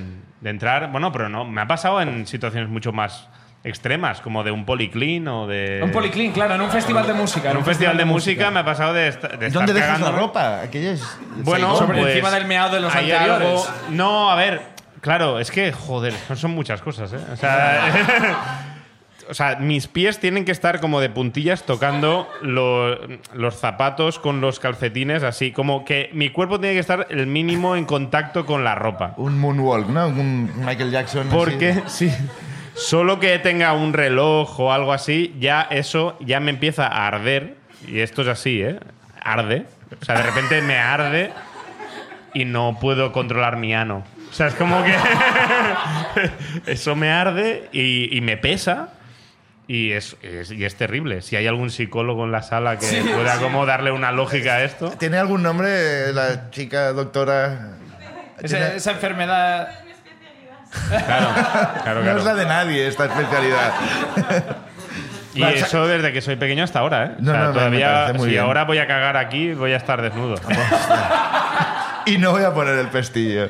de entrar. Bueno, pero no. Me ha pasado en situaciones mucho más extremas, como de un policlín o de. Un policlín, claro, en un festival de música. En un festival de música me ha pasado de, esta- de estar ¿Dónde dejas la cagándome. ropa? Aquello es... Bueno, Sobre pues, encima del meado de los hay anteriores. algo- No, a ver, claro, es que, joder, son muchas cosas, ¿eh? O sea, o sea, mis pies tienen que estar como de puntillas tocando lo- los zapatos con los calcetines, así como que mi cuerpo tiene que estar el mínimo en contacto con la ropa. Un moonwalk, ¿no? Un Michael Jackson. así. Porque sí. Solo que tenga un reloj o algo así, ya eso ya me empieza a arder. Y esto es así, ¿eh? Arde. O sea, de repente me arde y no puedo controlar mi ano. O sea, es como que eso me arde y, y me pesa. Y es, es- y es terrible. Si hay algún psicólogo en la sala que pueda como darle una lógica a esto. ¿Tiene algún nombre eh, la chica doctora? Esa, esa enfermedad. Claro, claro, No claro. es la de nadie esta especialidad. Y eso desde que soy pequeño hasta ahora, ¿eh? No, o sea, no, me- me todavía, parece muy si bien. ahora voy a cagar aquí, voy a estar desnudo. Y no voy a poner el pestillo.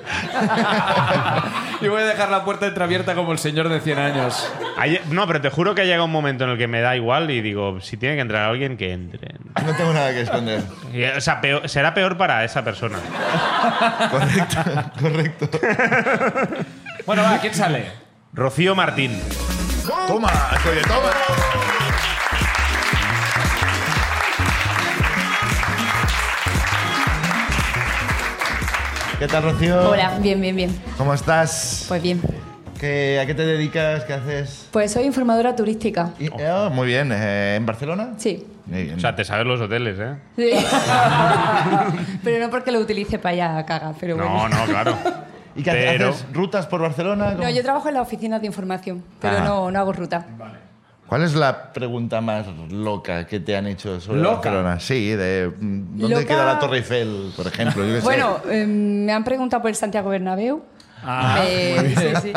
Y voy a dejar la puerta entreabierta como el señor de 100 años. Hay- no, pero te juro que llega un momento en el que me da igual y digo, si tiene que entrar alguien, que entre. No tengo nada que esconder. Y, o sea, peor- será peor para esa persona. Correcto, correcto. Bueno, va, ¿quién sale? Rocío Martín. Toma, oye, toma. ¿Qué tal, Rocío? Hola, bien, bien, bien. ¿Cómo estás? Pues bien. ¿Qué- ¿A qué te dedicas? ¿Qué haces? Pues soy informadora turística. Y- oh, muy bien. eh, ¿En Barcelona? Sí. Muy bien. O sea, te sabes los hoteles, ¿eh? Sí. pero no porque lo utilice para allá a cagar, pero No, bueno. no, claro. ¿Y qué pero- haces? ¿Rutas por Barcelona? No, yo trabajo en las oficinas de información, pero Ajá. no, no hago ruta. ¿Cuál es la pregunta más loca que te han hecho sobre ¿Loca? Barcelona? Sí, de mm, dónde Loca- queda la Torre Eiffel, por ejemplo. yo qué sé. Bueno, eh, me han preguntado por el Santiago Bernabéu. me, sí, sí.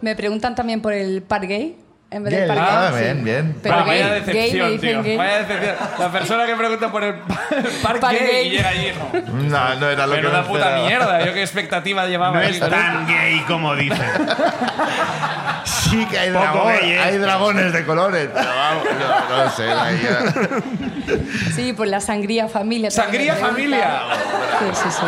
Me preguntan también por el Park Gay. En vez del Gay, Park Gay. ah, sí. bien, bien. Pero Va, gay, vaya decepción, gay, me dicen tío. gay. Vaya decepción. La persona que pregunta por el parque Parque y gay. llega allí, hijo. no, no era lo que me Menuda puta esperaba. mierda. Yo qué expectativa llevaba. No ahí. es tan gay como dicen. Sí que hay, Poco dragón- gay, ¿eh? hay dragones de colores, pero vamos, no, no sé. la idea. Sí, por la sangría familia. también Sangría me preguntan. familia. Sí, sí, sí.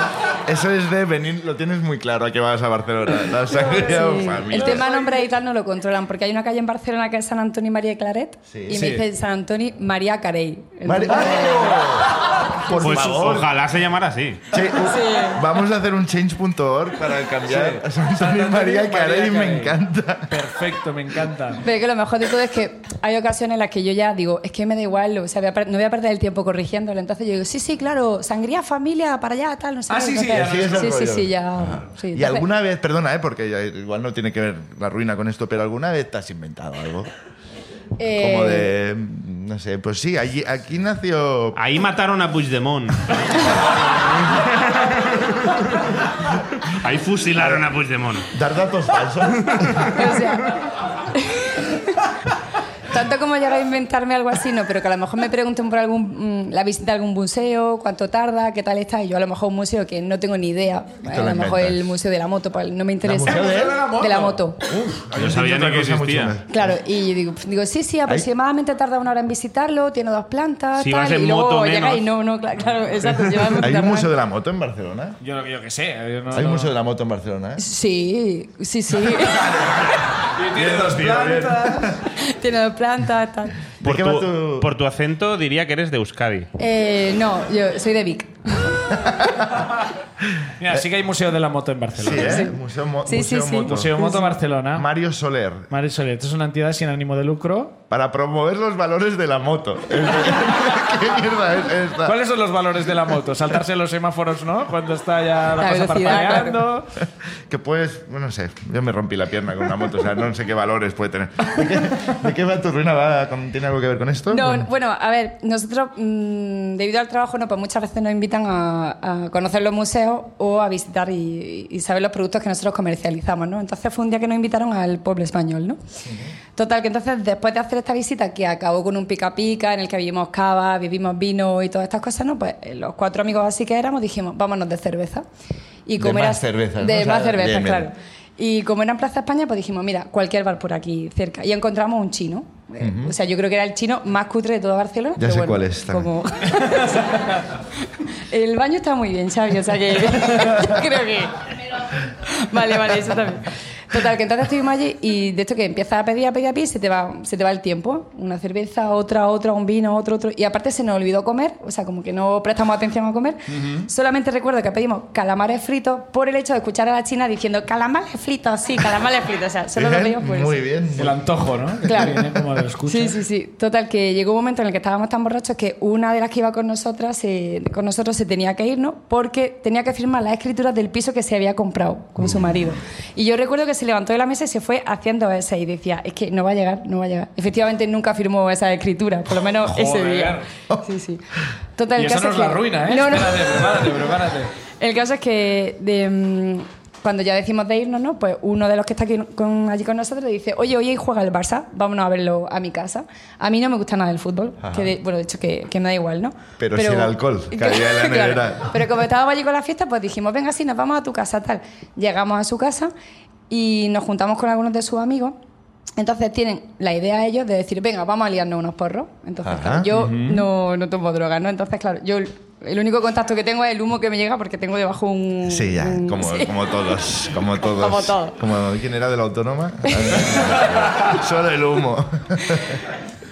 Eso es de venir, lo tienes muy claro a que vas a Barcelona. La sangría Sí. familia. El tema nombre y tal no lo controlan, porque hay una calle en patrona que es San Antonio María Claret Sí. y Sí. me dice San Antonio María Carey. El Mari- nombre de- ¡Ah! Por Pues favor. ojalá se llamara así. Che, u- Vamos a hacer un change.org para cambiar a San Antonio Antonio María María Carey, me Carey. encanta. Perfecto, me encanta. Pero que lo mejor de todo es que hay ocasiones en las que yo ya digo, es que me da igual, o sea, voy a per- no voy a perder el tiempo corrigiéndolo. Entonces yo digo, sí, sí, claro, sangría, familia, para allá, tal, no sé Ah, qué. sí, sí, Entonces- ya, Sigues el sí, sí, rollo. sí, ya. sí. ¿Y Entonces, alguna vez, perdona, eh, porque ya igual no tiene que ver la ruina con esto, pero alguna vez te has inventado algo? eh, Como de, no sé, pues sí, allí, aquí nació... Ahí mataron a Puigdemont. Ahí fusilaron a Puigdemont. Dar datos falsos. o sea, Tanto como llegar a inventarme algo así, no, pero que a lo mejor me pregunten por algún, mm, la visita a algún museo, cuánto tarda, qué tal está, y yo a lo mejor un museo que no tengo ni idea, eh, Y te a lo lo mejor inventas. el museo de la moto, pues, no me interesa. museo de- De la moto. No sabía ni que existía. Claro, y yo digo, pf, digo, sí, sí, aproximadamente tarda una hora en visitarlo, tiene dos plantas, Si tal, vas en y luego moto, llega menos. y no, no, claro, claro exacto, si vas en moto ¿Hay un tarda- museo de la moto en Barcelona? Yo, yo qué sé. yo no- Hay un no- museo de la moto en Barcelona, ¿eh? Sí, sí, sí, Y tiene dos ¿eh? plantas. tiene dos plantas, tal. ¿De Por qué va tu, tu- por tu acento diría que eres de Euskadi. Eh, no, yo soy de Vic. Mira, sí que hay museo de la moto en Barcelona. Sí, ¿eh? Museo, mo- Sí, sí, museo sí. moto. Museo Moto Barcelona. Mario Soler. Marisol, esto es una entidad sin ánimo de lucro. Para promover los valores de la moto. ¿Qué mierda es esta? ¿Cuáles son los valores de la moto? Saltarse los semáforos, ¿no? Cuando está ya la, La cosa velocidad, parpadeando. Que puedes, bueno, no sé, yo me rompí la pierna con una moto, o sea, no sé qué valores puede tener. ¿De qué, de qué va tu ruina? ¿Va con- ¿Tiene algo que ver con esto? No, Bueno. bueno, a ver, nosotros, mm, debido al trabajo, no, pues muchas veces nos invitan a, a conocer los museos o a visitar y, y saber los productos que nosotros comercializamos, ¿no? Entonces fue un día que nos invitaron al pueblo español, ¿no? Total, que entonces después de hacer esta visita, que acabó con un pica pica en el que vivimos cava, vivimos vino y todas estas cosas, ¿no? Pues eh, los cuatro amigos así que éramos dijimos, vámonos de cerveza. Y De como más era- cervezas, ¿no? De O sea, más cervezas, bien, bien. claro. Y como era en Plaza España, pues dijimos, mira, cualquier bar por aquí cerca. Y encontramos un chino. Eh, O sea, yo creo que era el chino más cutre de toda Barcelona. Ya pero sé bueno, cuál es, también. como- el baño está muy bien, Xavi, o sea que yo creo que... Vale, vale, eso también. Total, que entonces estuvimos allí y de esto que empiezas a pedir, a pedir, a pedir, se te va, se te va el tiempo. Una cerveza, otra, otra, un vino, otro, otro. Y aparte se nos olvidó comer, o sea, como que no prestamos atención a comer. Solamente recuerdo que pedimos calamares fritos por el hecho de escuchar a la china diciendo calamares fritos, sí, calamares fritos. O sea, solo lo Bien, pedimos por eso. Muy bien. El antojo, ¿no? Que Claro. Viene como de lo escucha. Sí, sí, sí. Total, que llegó un momento en el que estábamos tan borrachos que una de las que iba con nosotras se- con nosotros se tenía que ir, ¿no? Porque tenía que firmar las escrituras del piso que se había comprado con Mm. su marido. Y yo recuerdo que se levantó de la mesa y se fue haciendo esa y decía, es que no va a llegar, no va a llegar. Efectivamente, nunca firmó esa escritura, por lo menos ese Joder. día. Sí, sí. Total, Y el eso caso no es la que- ruina, ¿eh? No, no. Espérate, prepárate, prepárate. El caso es que de, mm, cuando ya decimos de irnos, ¿no? Pues uno de los que está aquí con- allí con nosotros dice, oye, oye, juega el Barça, vámonos a verlo a mi casa. A mí no me gusta nada el fútbol, Ajá. que de- bueno, de hecho que, que me da igual, ¿no? Pero sí el alcohol, que había en la nevera. Pero como estábamos allí con la fiesta, pues dijimos, venga, sí, nos vamos a tu casa, tal. Llegamos a su casa y nos juntamos con algunos de sus amigos. Entonces tienen la idea ellos de decir, venga, vamos a liarnos unos porros. Entonces, Ajá. claro, yo no, no tomo drogas, ¿no? Entonces, claro, yo el único contacto que tengo es el humo que me llega porque tengo debajo un... Sí, ya, un- como, Mm, sí. como todos. Como todos. Como todos. Como- ¿Quién era de la autónoma? Solo el humo.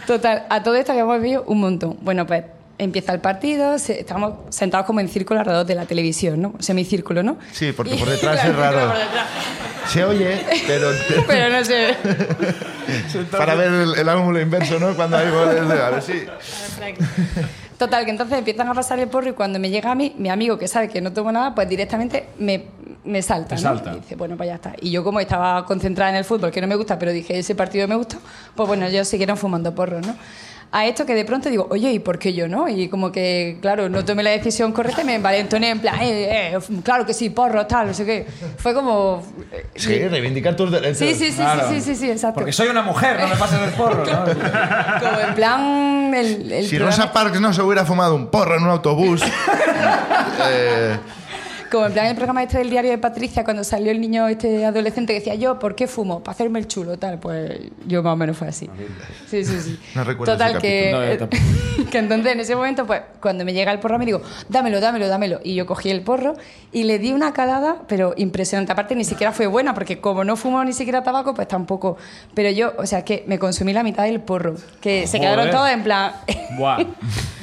Total, a todo esto habíamos vivido un montón. Bueno, pues empieza el partido, se- estábamos sentados como en círculo alrededor de la televisión, ¿no? Semicírculo, ¿no? Sí, porque Y- por detrás es claro, raro. por detrás. Se oye, pero Pero no se ve. para ver el, el ángulo inverso, ¿no? Cuando hay goles de... A ver, sí. Total, que entonces empiezan a pasar el porro y cuando me llega a mí, mi amigo que sabe que no tomo nada, pues directamente me, me salta. Te ¿no? salta. Y dice, bueno, pues ya está. Y yo como estaba concentrada en el fútbol, que no me gusta, pero dije, ese partido me gusta, pues bueno, ellos siguieron fumando porros, ¿no? A esto que de pronto digo, oye, ¿y por qué yo no? Y como que, claro, no tomé la decisión correcta y me envalentoné en plan, eh, eh, claro que sí, porro, tal, no sé qué. Fue como... eh, Sí, reivindicar tus derechos. Sí, sí, sí, Claro. sí, sí, sí, sí, exacto. Porque soy una mujer, no me pases el porro, ¿no? Como en plan... El, el si programa Rosa Parks no se hubiera fumado un porro en un autobús, eh, Como en plan el programa este del diario de Patricia, cuando salió el niño este adolescente que decía yo, ¿por qué fumo? Para hacerme el chulo, tal. Pues yo más o menos fue así. Sí, sí, sí. No recuerdo Total, ese que, capítulo. No, yo que entonces en ese momento, pues cuando me llega el porro, me digo, dámelo, dámelo, dámelo. Y yo cogí el porro y le di una calada, pero impresionante. Aparte, ni siquiera fue buena, porque como no fumo ni siquiera tabaco, pues tampoco. Pero yo, o sea, que me consumí la mitad del porro. Que se quedaron Joder. todos en plan. Buah.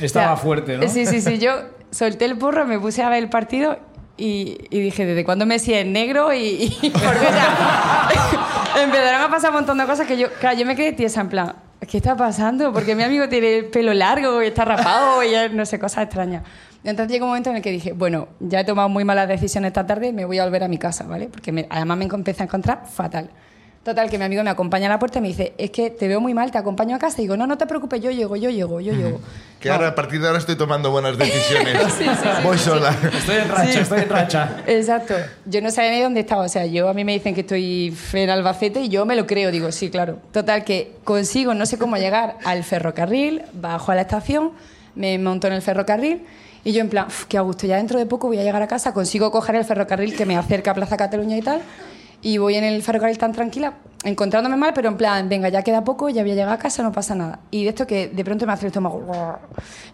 Estaba O sea, fuerte, ¿no? Sí, sí, sí. Yo solté el porro, me puse a ver el partido y, y dije, ¿desde cuándo Messi es negro? Y, y- porque, o sea, empezaron a pasar un montón de cosas que yo, claro, yo me quedé tiesa en plan, ¿qué está pasando? Porque mi amigo tiene el pelo largo y está rapado y es, no sé, cosas extrañas. Entonces llegó un momento en el que dije, bueno, ya he tomado muy malas decisiones esta tarde y me voy a volver a mi casa, ¿vale? Porque me- además me empecé a encontrar fatal. Total, que mi amigo me acompaña a la puerta y me dice, es que te veo muy mal, te acompaño a casa. Y digo, no, no te preocupes, yo llego, yo llego, yo llego. Que ahora, a partir de ahora estoy tomando buenas decisiones. Sí, sí, sí, Voy sí, sí. sola. Estoy en racha, estoy en racha. Exacto. Yo no sabía ni dónde estaba. O sea, yo a mí me dicen que estoy en Albacete y yo me lo creo. Digo, sí, claro. Total, que consigo, no sé cómo llegar al ferrocarril, bajo a la estación, me monto en el ferrocarril y yo en plan, "Uf, qué a gusto, ya dentro de poco voy a llegar a casa, consigo coger el ferrocarril que me acerca a Plaza Cataluña y tal. Y voy en el ferrocarril tan tranquila, encontrándome mal, pero en plan, venga, ya queda poco, ya voy a llegar a casa, no pasa nada. Y de esto que de pronto me hace el estómago.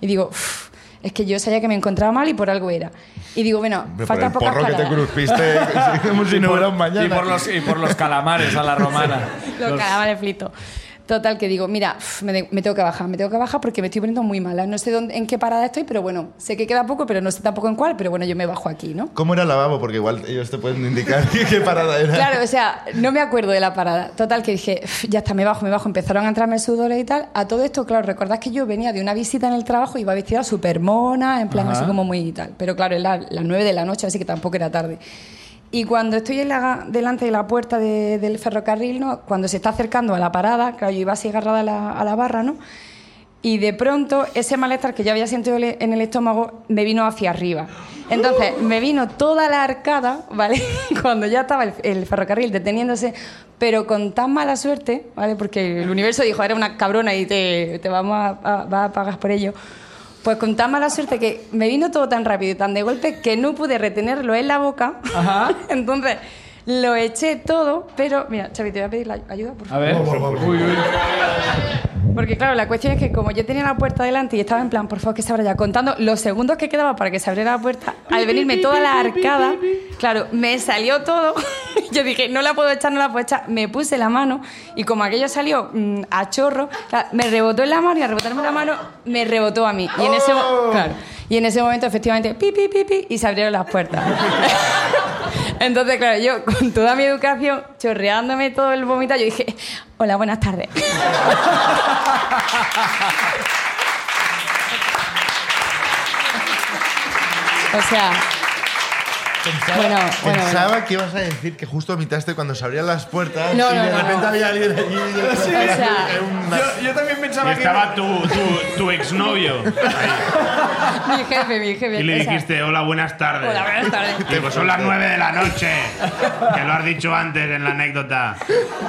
Y digo, "Uf, es que yo sabía que me encontraba mal y por algo era. Y digo, bueno, Hombre, Por Faltan el pocas porro que te caladas. cruzpiste, como si no hubiera un mañana. Y por los, y por los calamares a la romana. Los calamares fritos. Total, que digo, mira, uf, me, de- me tengo que bajar, me tengo que bajar porque me estoy poniendo muy mala. No sé dónde, en qué parada estoy, pero bueno, sé que queda poco, pero no sé tampoco en cuál, pero bueno, yo me bajo aquí, ¿no? ¿Cómo era el lavabo? Porque igual ellos te pueden indicar qué qué parada era. Claro, o sea, no me acuerdo de la parada. Total, que dije, "Uf, ya está, me bajo, me bajo. Empezaron a entrarme sudores y tal. A todo esto, claro, recordad que yo venía de una visita en el trabajo, iba vestida súper mona, en plan así como muy y tal. Pero claro, era las 9 de la noche, así que tampoco era tarde. Y cuando estoy en la- delante de la puerta de- del ferrocarril, ¿no? cuando se está acercando a la parada, claro, yo iba así agarrada a la, a la barra, ¿no? Y de pronto ese malestar que ya había sentido le- en el estómago me vino hacia arriba. Entonces me vino toda la arcada, ¿vale? Cuando ya estaba el, el ferrocarril deteniéndose, pero con tan mala suerte, ¿vale? Porque el universo dijo, eres una cabrona y te, te vamos a, a- vas a pagar por ello. Pues con tan mala suerte que me vino todo tan rápido y tan de golpe que no pude retenerlo en la boca. Entonces lo eché todo, pero mira, Chavi, te voy a pedir la ayuda, por favor. A ver. Oh, Uy, uy. Porque claro, la cuestión es que como yo tenía la puerta delante y estaba en plan, por favor, que se abra ya, contando los segundos que quedaba para que se abriera la puerta, al venirme toda la arcada, claro, me salió todo. yo dije, no la puedo echar, no la puedo echar. Me puse la mano y como aquello salió mm, a chorro, claro, me rebotó en la mano y al rebotarme la mano me rebotó a mí. Y en ese, mo- claro, y en ese momento efectivamente, pi, pi, pi, pi, y se abrieron las puertas. Entonces, claro, yo con toda mi educación, chorreándome todo el vómito, yo dije, hola, buenas tardes. O sea. bueno, bueno, Pensaba que ibas a decir que justo vomitaste cuando se abrían las puertas No, y no, de no, repente no. había alguien allí. y yo- bueno. O sea, Yo, yo también Y pensaba que. estaba tu, tu, tu exnovio. mi jefe, mi jefe. Y le o sea, dijiste, hola, buenas tardes. Hola, buenas tardes. Digo, son las nueve de la noche. Que lo has dicho antes en la anécdota.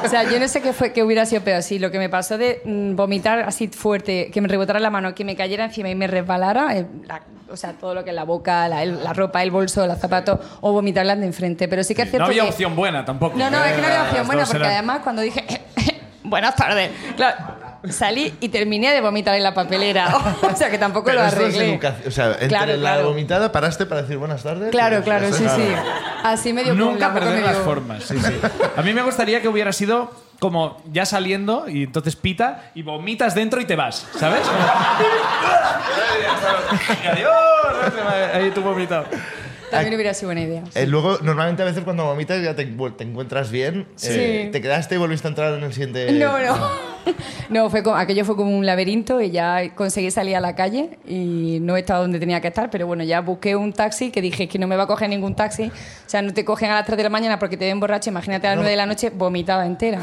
O sea, yo no sé qué fue que hubiera sido peor. Si lo que me pasó de mm, vomitar así fuerte, que me rebotara la mano, que me cayera encima y me resbalara, eh, la- o sea, todo lo que es la boca, la, el- la ropa, el bolso, los zapatos, o vomitarlas de enfrente. Pero sí que es No cierto había que- opción buena tampoco. No, no, es que no había Las Eh, opción buena, dos porque eran- además cuando dije buenas tardes, claro, salí y terminé de vomitar en la papelera. o sea, que tampoco Pero lo esto es arreglé. educación. O sea, entre Claro, la claro. vomitada paraste para decir buenas tardes. Claro, claro, Eso sí, es- sí. Así medio con la Nunca boca perder medio- las formas. sí, sí. A mí me gustaría que hubiera sido como ya saliendo y entonces pita y vomitas dentro y te vas, ¿sabes? Como- Y adiós. Ahí tú vomitado. También hubiera sido buena idea. Eh, luego, normalmente a veces cuando vomitas ya te, encu- te encuentras bien. Sí. eh, te quedaste y volviste a entrar en el Eh, siguiente. No, no. No, fue como- aquello fue como un laberinto y ya conseguí salir a la calle y no he estado donde tenía que estar, pero bueno, ya busqué un taxi que dije "Es que no me va a coger ningún taxi. O sea, no te cogen a las 3 de la mañana porque te ven borracho, imagínate a las 9 de la noche vomitada entera.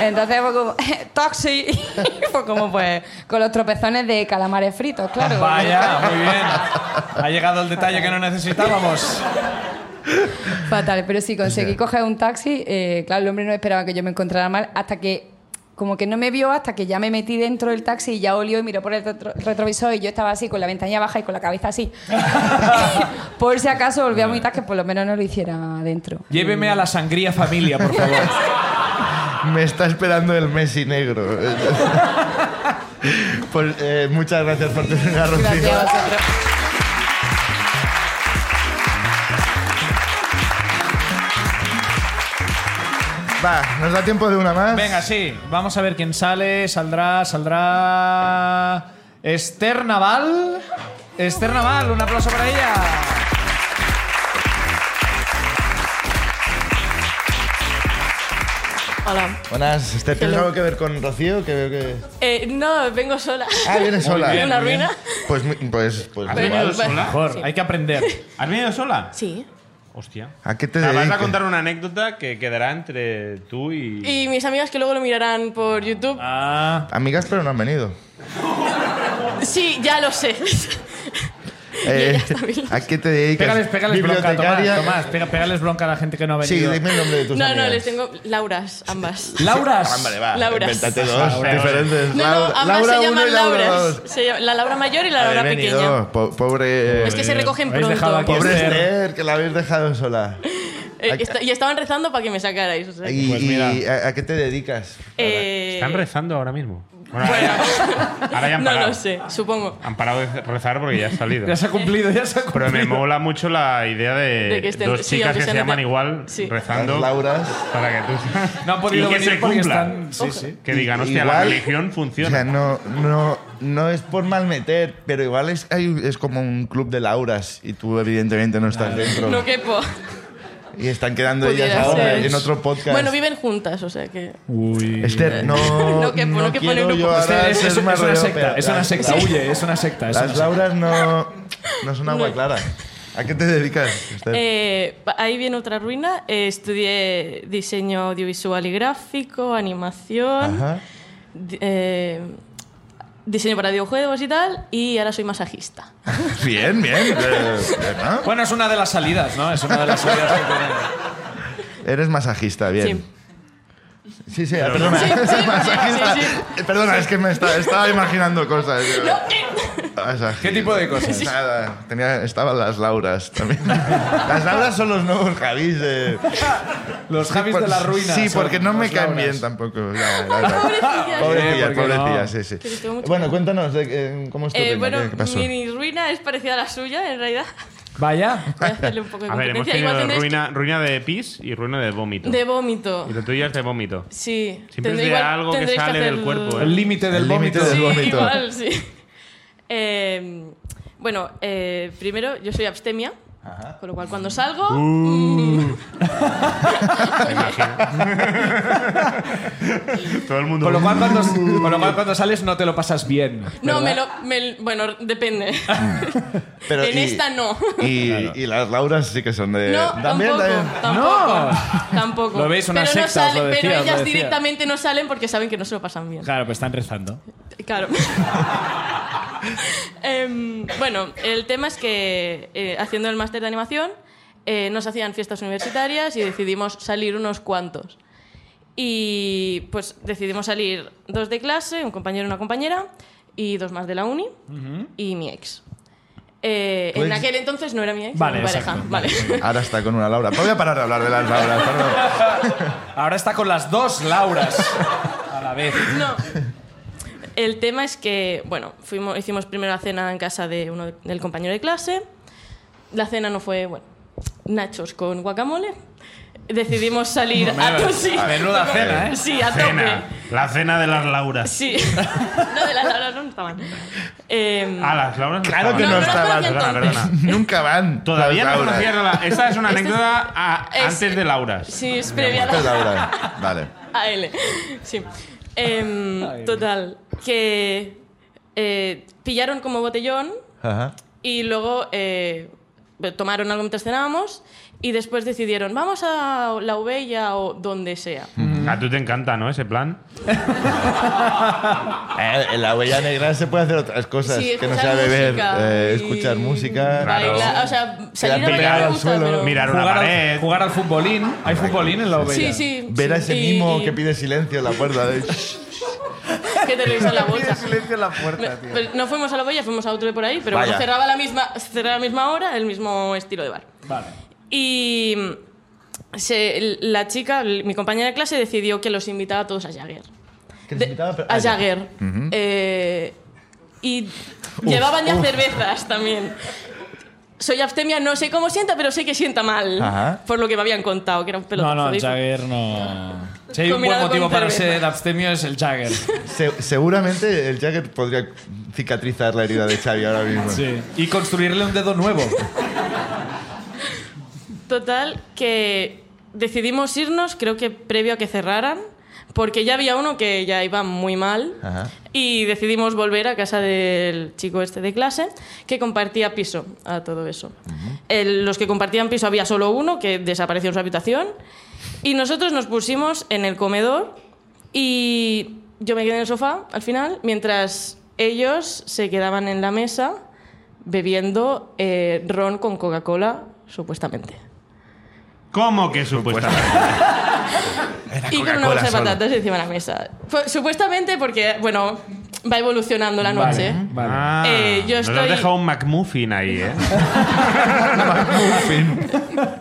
Entonces fue como, "Eh, taxi, Y fue como pues con los tropezones de calamares fritos, claro. Vaya, muy bien. Ha llegado el detalle que no necesitábamos. Fatal, pero sí, conseguí coger un taxi. eh, claro, el hombre no esperaba que yo me encontrara mal hasta que como que no me vio hasta que ya me metí dentro del taxi y ya olió y miró por el retro- retrovisor y yo estaba así con la ventanilla baja y con la cabeza así. por si acaso volví a vomitar que por lo menos no lo hiciera adentro. Lléveme a la sangría familia, por favor. Me está esperando el Messi negro. pues eh, muchas gracias por tu garrotito. Gracias a vosotros. Va, nos da tiempo de una más. Venga, sí. Vamos a ver quién sale. Saldrá, saldrá. Esther Naval. Esther Naval, un aplauso para ella. Hola. Buenas, Esther. ¿Tienes algo que ver con Rocío? Que veo que... Eh, no, vengo sola. Ah, vienes sola. ¿En una ruina? Pues, mi- pues, pues ¿Has Pero- venido pues- sola? Mejor, hay que aprender. ¿Has venido sola? Sí. Hostia. ¿A qué te O sea, Vas a dedicas? contar una anécdota que quedará entre tú y... Y mis amigas que luego lo mirarán por YouTube. Ah, Amigas, pero no han venido. Sí, ya lo sé. Eh, ya está bien. ¿A qué te dedicas? pégales, pégales bronca, Bibliotecaria. Tomás. Tomás, pega- pégales bronca a la gente que no ha Sí, venido. dime el nombre de tus no, amigas. no, les tengo Lauras, ambas. Lauras. Vale, va. Lauras. Inventate dos Laura, diferentes. No, no, Laura, ambas Laura se uno y llaman Laura Lauras. dos. Se llama- la Laura mayor y la Habéis Laura venido. pequeña. Po- pobre... eh, Es que se recogen Habéis pronto. dejado aquí Pobre Esther. Esther, que la habéis dejado sola. Eh, esta- y estaban rezando para que me sacarais. O sea. ¿Y, Pues y mira. a, a qué te dedicas? Eh, ¿Están rezando ahora mismo? Bueno, Bueno. ahora ya han no parado. lo sé, supongo. Han parado de rezar porque ya ha salido. Ya se ha cumplido, ya se ha Pero cumplido. me mola mucho la idea de, De que estén- dos sí, chicas aunque que se sean llaman de- igual sí. rezando Las Lauras. para que tú No han podido y que venir se porque cumpla. están. Sí, sí. Que digan, hostia, la Igual- religión O funciona. sea, no, no, no es por mal meter, pero igual es, hay- es como un club de Lauras y tú evidentemente no estás dentro. No quepo. Y están quedando ellas Pudiera ahora ser. en otro podcast. Bueno, viven juntas, o sea que. Esther, no, No quepo, no quepo en el quiero grupo. yo ahora es, ser es- es más una rollo, secta, pero es una las- secta. Huye, es una secta. es una Las secta. Lauras no, no son agua clara. ¿A qué te dedicas, Esther? Eh, pa- ahí viene otra ruina. Eh, estudié diseño audiovisual y gráfico, animación, Ajá. di- eh, diseño para videojuegos y tal, y ahora soy masajista. Bien, bien. eh, ¿no? Bueno, es una de las salidas, ¿no? Es una de las salidas que tenemos. Eres masajista, bien. Sí, sí, perdona. Sí, sí, masajista. sí, Eh, Perdona, es que me está- estaba imaginando cosas. yo. Masajista. ¿Qué tipo de cosas? Nada, tenía, estaban las Lauras también. las Lauras son los nuevos Javis. de- Los Javis por- de la ruina. pues, Sí, son porque no me los caen Lauras. bien tampoco. la- la verdad. Pobrecilla. Pobrecilla, Eh, ¿por qué pobrecilla, no? sí, sí. Que les tengo mucho Bueno, cariño. cuéntanos de, eh, cómo es tu Eh, ruina, bueno, ¿qué- qué pasó? mi ruina es parecida a la suya, en realidad. Vaya. Voy a hacerle un poco de A ver, hemos competencia. Igual tenido tendréis ruina, ruina de pis y ruina de vómito. que- De vómito. Y lo tuyo es de vómito. Sí. Siempre es Tendré- de igual algo que tendréis sale del hacer- cuerpo, El ¿eh? límite del El límite vómito. del Sí, vómito. igual, sí. Eh, bueno, eh, primero, yo soy abstemia, con lo cual cuando salgo... Uh. mm, Todo el mundo... Con lo, cual, cuando, con lo cual, cuando sales no te lo pasas bien. no, ¿verdad? me lo... me- bueno, depende. Eh, Pero en y- esta no. Y, y las Lauras sí que son de. No, también, tampoco, también. tampoco, No. tampoco. Lo veis, una pero no secta, os lo salen- decía, pero os lo ellas decía. directamente no salen porque saben que no se lo pasan bien. Claro, pues están rezando. Claro. Em, bueno, el tema es que eh, haciendo el máster de animación eh, nos hacían fiestas universitarias y decidimos salir unos cuantos. Y pues decidimos salir dos de clase, un compañero y una compañera, y dos más de la uni, y mi ex. Eh, ¿Tu en ex? aquel entonces no era mi ex, Vale, era mi pareja. exacto. Vale. Ahora está con una Laura. Voy a parar de hablar de las Lauras, perdón. Ahora está con las dos Lauras a la vez. No. El tema es que, bueno, fuimos, hicimos primero la cena en casa de uno de- del compañero de clase. La cena no fue, bueno, nachos con guacamole. Decidimos salir a to- sí. a menuda cena, ¿eh? Sí, a Cena. tope. La cena de las Lauras. Sí. no, de las labras no estaban. Em, Ah, las Lauras. Claro que no, No, no estaban. conocía Perdona, perdona. Nunca van. Todavía las no Lauras. conocías a la... Esa es una Este es- anécdota a- es- antes de Lauras. sí, es previa a la- Las Lauras. Vale. AL. Sí. Em, total, que eh, pillaron como botellón Ajá. Y luego eh, tomaron algo mientras cenábamos y después decidieron, vamos a la Ubella o donde sea. A tú te encanta, ¿no? Ese plan. Eh, en la huella negra se puede hacer otras cosas Sí, que no escuchar sea beber, música eh, y escuchar música. bailar, o sea, salir a Quedarte bailar me pegado al gusta, suelo, pero... Mirar una Jugar pared. al, jugar al futbolín. ¿Hay futbolín en la Sí, ovella? sí. Ver a sí. ese Y- mimo y- que pide silencio en la puerta. de- que te revisan la bolsa. silencio en la puerta, Me- pero no fuimos a la boya, fuimos a otro de por ahí, pero Vaya. bueno, cerraba la misma, cerraba la misma hora, el mismo estilo de bar. Vale. Y mm, se- la chica, l- mi compañera de clase, decidió que los invitaba a todos a Jagger. ¿Que les De- invitaba? Pero- a ah, ya. Jagger. Eh, y llevaban ya cervezas también. Soy abstemia, no sé cómo sienta, pero sé que sienta mal. Ajá. Por lo que me habían contado, que era un pelotazo. No, no, el dijo. Jagger no. Si hay un buen Combinado con motivo para cerveza. ser abstemio es el Jagger. Se- seguramente el Jagger podría cicatrizar la herida de Xavi ahora mismo. Sí. Y construirle un dedo nuevo. Total, que decidimos irnos, creo que previo a que cerraran, porque ya había uno que ya iba muy mal. Ajá. Y decidimos volver a casa del chico este de clase, que compartía piso a todo eso. El- los que compartían piso había solo uno, que desapareció en su habitación. Y nosotros nos pusimos en el comedor y yo me quedé en el sofá al final, mientras ellos se quedaban en la mesa bebiendo eh, ron con Coca-Cola, supuestamente. ¿Cómo que supuestamente? Y con una bolsa de patatas encima de la mesa. Fue- supuestamente porque, bueno, va evolucionando la noche. Ah, Eh, yo nos has estoy- dejado un McMuffin ahí, ¿eh?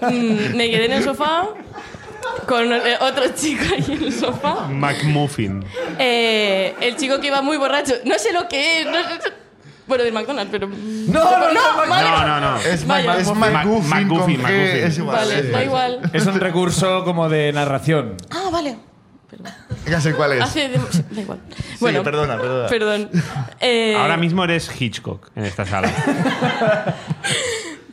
Mm, Me quedé en el sofá con eh, otro chico ahí en el sofá. McMuffin. Eh, el chico que iba muy borracho. No sé lo que es. no sé- bueno, del McDonald's, pero... No, no, no, no. vale. No, no, no. Es Vaya. Mac- es MacGuffin Mac- con MacGuffin, G, MacGuffin. es igual. Vale, sí. da igual. Es un recurso como de narración. Ah, vale. Ya sé cuál es. Hace... de- Da igual. Sí, Bueno, perdona, perdona. perdón. Eh, Ahora mismo eres Hitchcock en esta sala.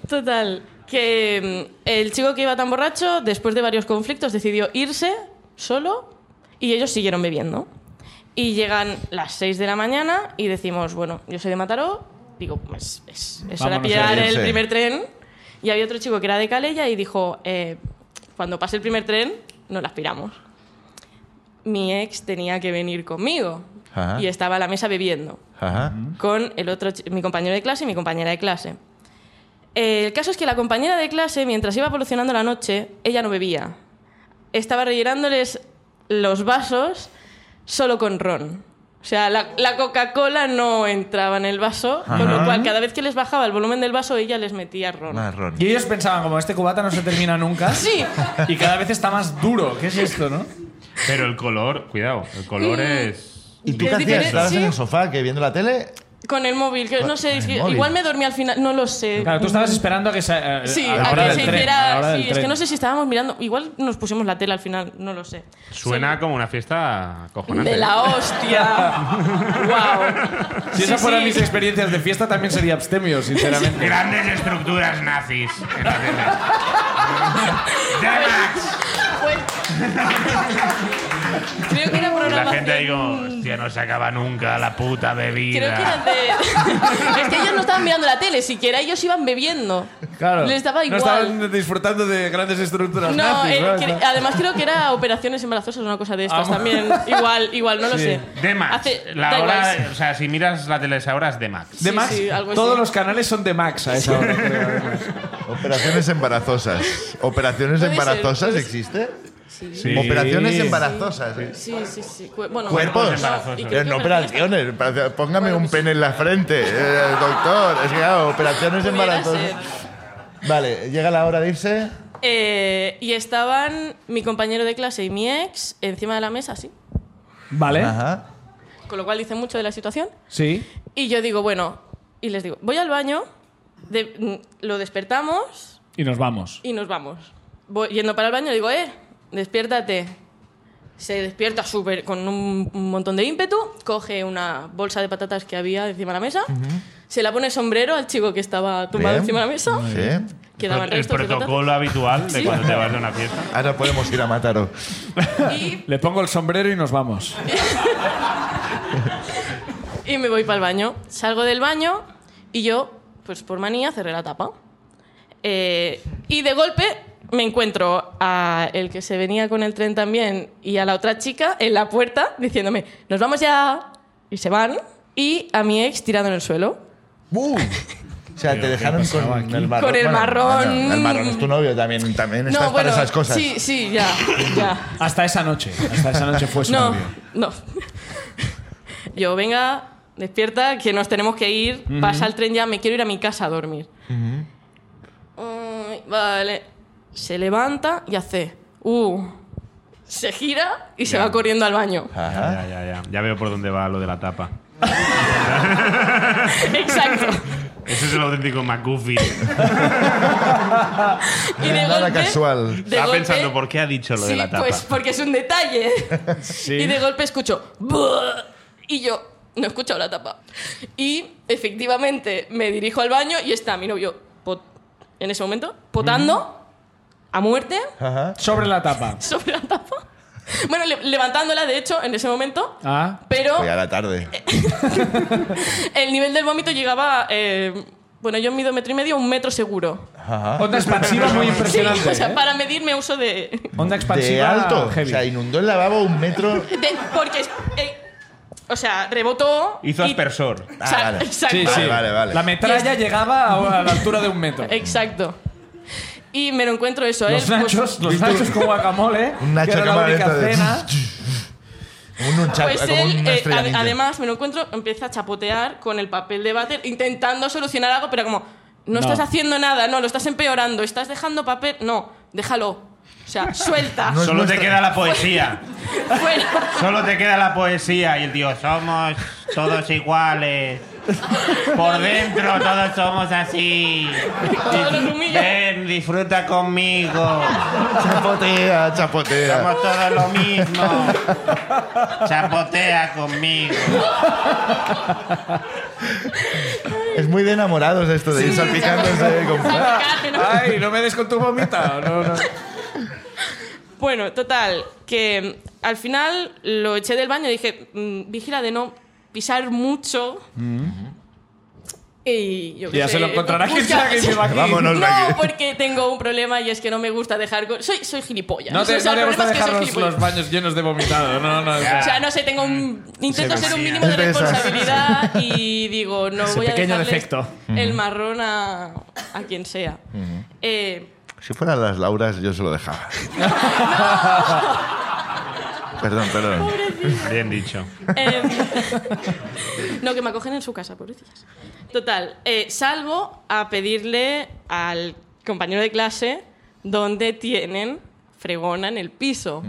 Total, que mm, el chico que iba tan borracho, después de varios conflictos, decidió irse solo y ellos siguieron bebiendo. Y llegan las 6 de la mañana y decimos, bueno, yo soy de Mataró, digo, pues es, es hora de Vámonos pillar a irse. el primer tren. Y había otro chico que era de Calella y dijo, eh, cuando pase el primer tren, nos las piramos. Mi ex tenía que venir conmigo Ajá. y estaba a la mesa bebiendo Ajá. con el otro, chi- mi compañero de clase y mi compañera de clase. Eh, El caso es que la compañera de clase, mientras iba evolucionando la noche, ella no bebía. Estaba rellenándoles los vasos solo con ron. O sea, la, la Coca-Cola no entraba en el vaso, con lo cual cada vez que les bajaba el volumen del vaso, ella les metía ron. Marrón. Y ellos pensaban, como este cubata no se termina nunca. Sí, Y cada vez está más duro. ¿Qué es esto, no? Pero el color, cuidado, el color Mm. es. ¿Y tú Es qué hacías? diferente, ¿Estabas sí. en el sofá que viendo la tele? con el móvil, que no sé, Con es el que móvil. igual me dormí al final, no lo sé. Claro, tú estabas esperando a que se. eh, Sí, la a hora que del se tren, a la hora hiciera. del Sí, es que tren. no sé si estábamos mirando. Igual nos pusimos la tela al final, no lo sé. Suena como una fiesta cojonante. De la hostia. wow. Si esas fueran mis experiencias de fiesta, también sería abstemio, sinceramente. Grandes estructuras nazis. en las islas. ¡Demax! Creo que era Y programación. la gente ahí como, hostia, no se acaba nunca la puta bebida. Creo que eran de. es que ellos no estaban mirando la tele siquiera, ellos iban bebiendo. Claro. Les daba No igual. estaban disfrutando de grandes estructuras No, nazis, eh, ¿no? Ah, cre- además creo que era operaciones embarazosas, una cosa de estas también. Igual, igual, no lo sé. Demax. Hace- da la igual. hora, o sea, si miras la tele de esa hora es Demax. De sí, Max, sí, algo así. todos los canales son de Max a esa hora. creo. Operaciones embarazosas. ¿Operaciones Puede ser, embarazosas puede ser. existe? Sí. Operaciones embarazosas. ¿eh? Sí, sí, sí. Cu- bueno, Cuerpos. no, y creo Pero que no operaciones. operaciones. Póngame Bueno, un pues- pene en la frente, eh, doctor. Es que claro, operaciones Pudiera embarazosas. Vale, llega la hora de irse. Eh, y estaban mi compañero de clase y mi ex encima de la mesa, así. ¿Eh? Vale. Ajá. Con lo cual dice mucho de la situación. Sí. Y yo digo, bueno, y les digo, voy al baño, de- mm, lo despertamos Y nos vamos. y nos vamos. Voy yendo para el baño, le digo, eh, despiértate. Se despierta súper con un un montón de ímpetu, coge una bolsa de patatas que había encima de la mesa, se la pone sombrero al chico que estaba tumbado Bien. encima de la mesa, Sí. quedaban el restos de patatas. protocolo habitual de Sí. cuando te vas de una fiesta. Ahora podemos ir a Mataró. Y Le pongo el sombrero y nos vamos. Y me voy para el baño. Salgo del baño y yo, pues por manía, cerré la tapa. Eh, y de golpe me encuentro a el que se venía con el tren también y a la otra chica en la puerta diciéndome, nos vamos ya. Y se van. Y a mi ex tirando en el suelo. ¡Bum! O sea, te dejaron con el marrón. Con el Bueno, marrón. bueno, el marrón es tu novio también. También estás para esas cosas. Sí, sí, ya. ya. Pues Hasta esa noche. Hasta esa noche fue su No, novio. no. Yo, venga, despierta, que nos tenemos que ir, pasa el tren ya, me quiero ir a mi casa a dormir. Mm, vale. Se levanta y hace. Uh. Se gira y se va corriendo al baño. Ajá. Ya, ya, ya. Ya veo por dónde va lo de la tapa. Exacto. Ese es el auténtico McGuffy. Y de Nada golpe, casual. de Estaba golpe- pensando por qué ha dicho lo de Sí, la tapa. pues porque es un detalle. Y de golpe escucho. "Buah", Y yo no he escuchado la tapa. Y efectivamente me dirijo al baño y está mi novio pot- en ese momento potando Mm. a muerte Ah. Ajá. Sobre la tapa. sobre la tapa. Bueno, le- levantándola de hecho en ese momento. Ah. Pero Voy a la tarde. Eh, el nivel del vómito llegaba. eh, bueno, yo mido metro y medio, un metro seguro. Ah, Ajá. Onda expansiva muy Sí, impresionante. o sea, ¿eh? para medirme uso de. Onda De expansiva alto. heavy. O sea, inundó el lavabo un metro. de- porque. eh, o sea, rebotó. Hizo y- aspersor. O sea, Ah, vale. Exacto. Sí, sí. Vale, vale, vale. La metralla llegaba a, a la altura de un metro. Exacto. Y me lo encuentro eso, ¿eh? Los nachos, los nachos con guacamole, Un nacho que era la única camarero de- cena. Un nunchaku, Pues como él, una eh, estrella ade- ninja. además, me lo encuentro, empieza a chapotear con el papel de váter, intentando solucionar algo, pero como, no, estás haciendo nada, no, lo estás empeorando, estás dejando papel, no, déjalo. O sea, suelta, No es Solo te nuestra- queda la poesía. fuera. Solo te queda la poesía y el tío, somos todos iguales. Por dentro todos somos así. Todos los humillan. Ven, disfruta conmigo. Chapotea, chapotea. Somos todos lo mismo. Chapotea conmigo. Es muy de enamorados esto de ir salpicándose con- Ah, Sacate, ¿no? Ay, no me des con tu vomita. No, no. Bueno, total, que mm, al final lo eché del baño y dije, mm, vigila de no pisar mucho. Y yo qué Ya se sé, lo encontrará quien busca- sea que lleva aquí. Vámonos. de aquí. No, porque tengo un problema y es que no me gusta dejar... go- Soy, soy gilipollas. No te, O sea, no el te gusta problema es que dejar soy los, gilipollas. los Ah. baños llenos de vomitado. No, no. O no. sea, no sé, tengo un... Intento ser un mínimo de Es de esas. responsabilidad y digo, no voy a pequeño dejarle defecto. el marrón a, a quien sea. Eh, Si fueran las Lauras, yo se lo dejaba. perdón, perdón. Bien dicho. Em, no, que me acogen en su casa, pobrecillas. Total, eh, salgo a pedirle al compañero de clase dónde tienen fregona en el piso.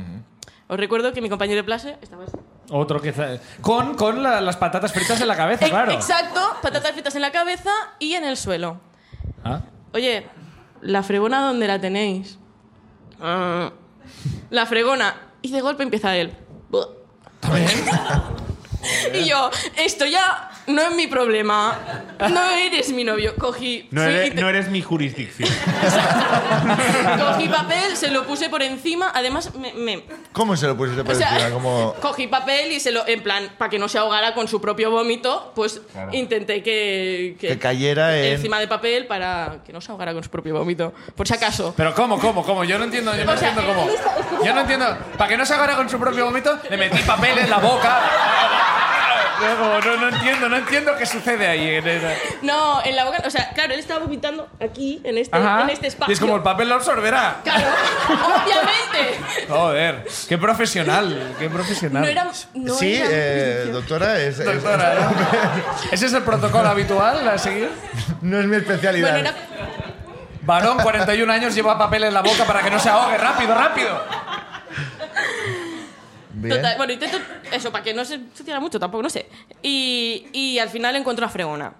Os recuerdo que mi compañero de clase estaba así. Otro que... za- Con, con la- las patatas fritas en la cabeza, Ex- claro. Exacto, patatas fritas en la cabeza y en el suelo. Ah. Oye, ¿la fregona dónde la tenéis? Ah, La fregona. Y de golpe empieza él. Buah. y yo, esto ya no es mi problema. No eres mi novio. Cogí, No fui eres, y te- no eres mi jurisdicción. cogí papel, se lo puse por encima. Además, me, me- ¿Cómo se lo pusiste por o sea, encima? Como... cogí papel y se lo, en plan, para que no se ahogara con su propio vómito, pues intenté que, Que cayera en- encima de papel para que no se ahogara con su propio vómito, por si acaso. Pero ¿cómo, cómo, cómo? Yo no entiendo, yo no O sea, entiendo cómo. Yo no entiendo. Para que no se agarre con su propio vómito, le metí papel en la boca. Luego, no, no entiendo, no entiendo qué sucede ahí. En esa- No, en la boca, o sea, claro, él estaba vomitando aquí, en este, Ajá. en este espacio. Y es como el papel lo absorberá. Claro, obviamente. Joder, qué profesional, qué profesional. No era. No sí, era- eh, doctora, es, es- Doctora, ¿eh? ¿Ese es el protocolo habitual a seguir? no es mi especialidad. bueno, era. Varón, 41 años, lleva papel en la boca para que no se ahogue. ¡Rápido, rápido! Bien. Total, bueno, intento eso, para que no se ensuciara mucho, tampoco, no sé. Y, y al final encuentro a Fregona.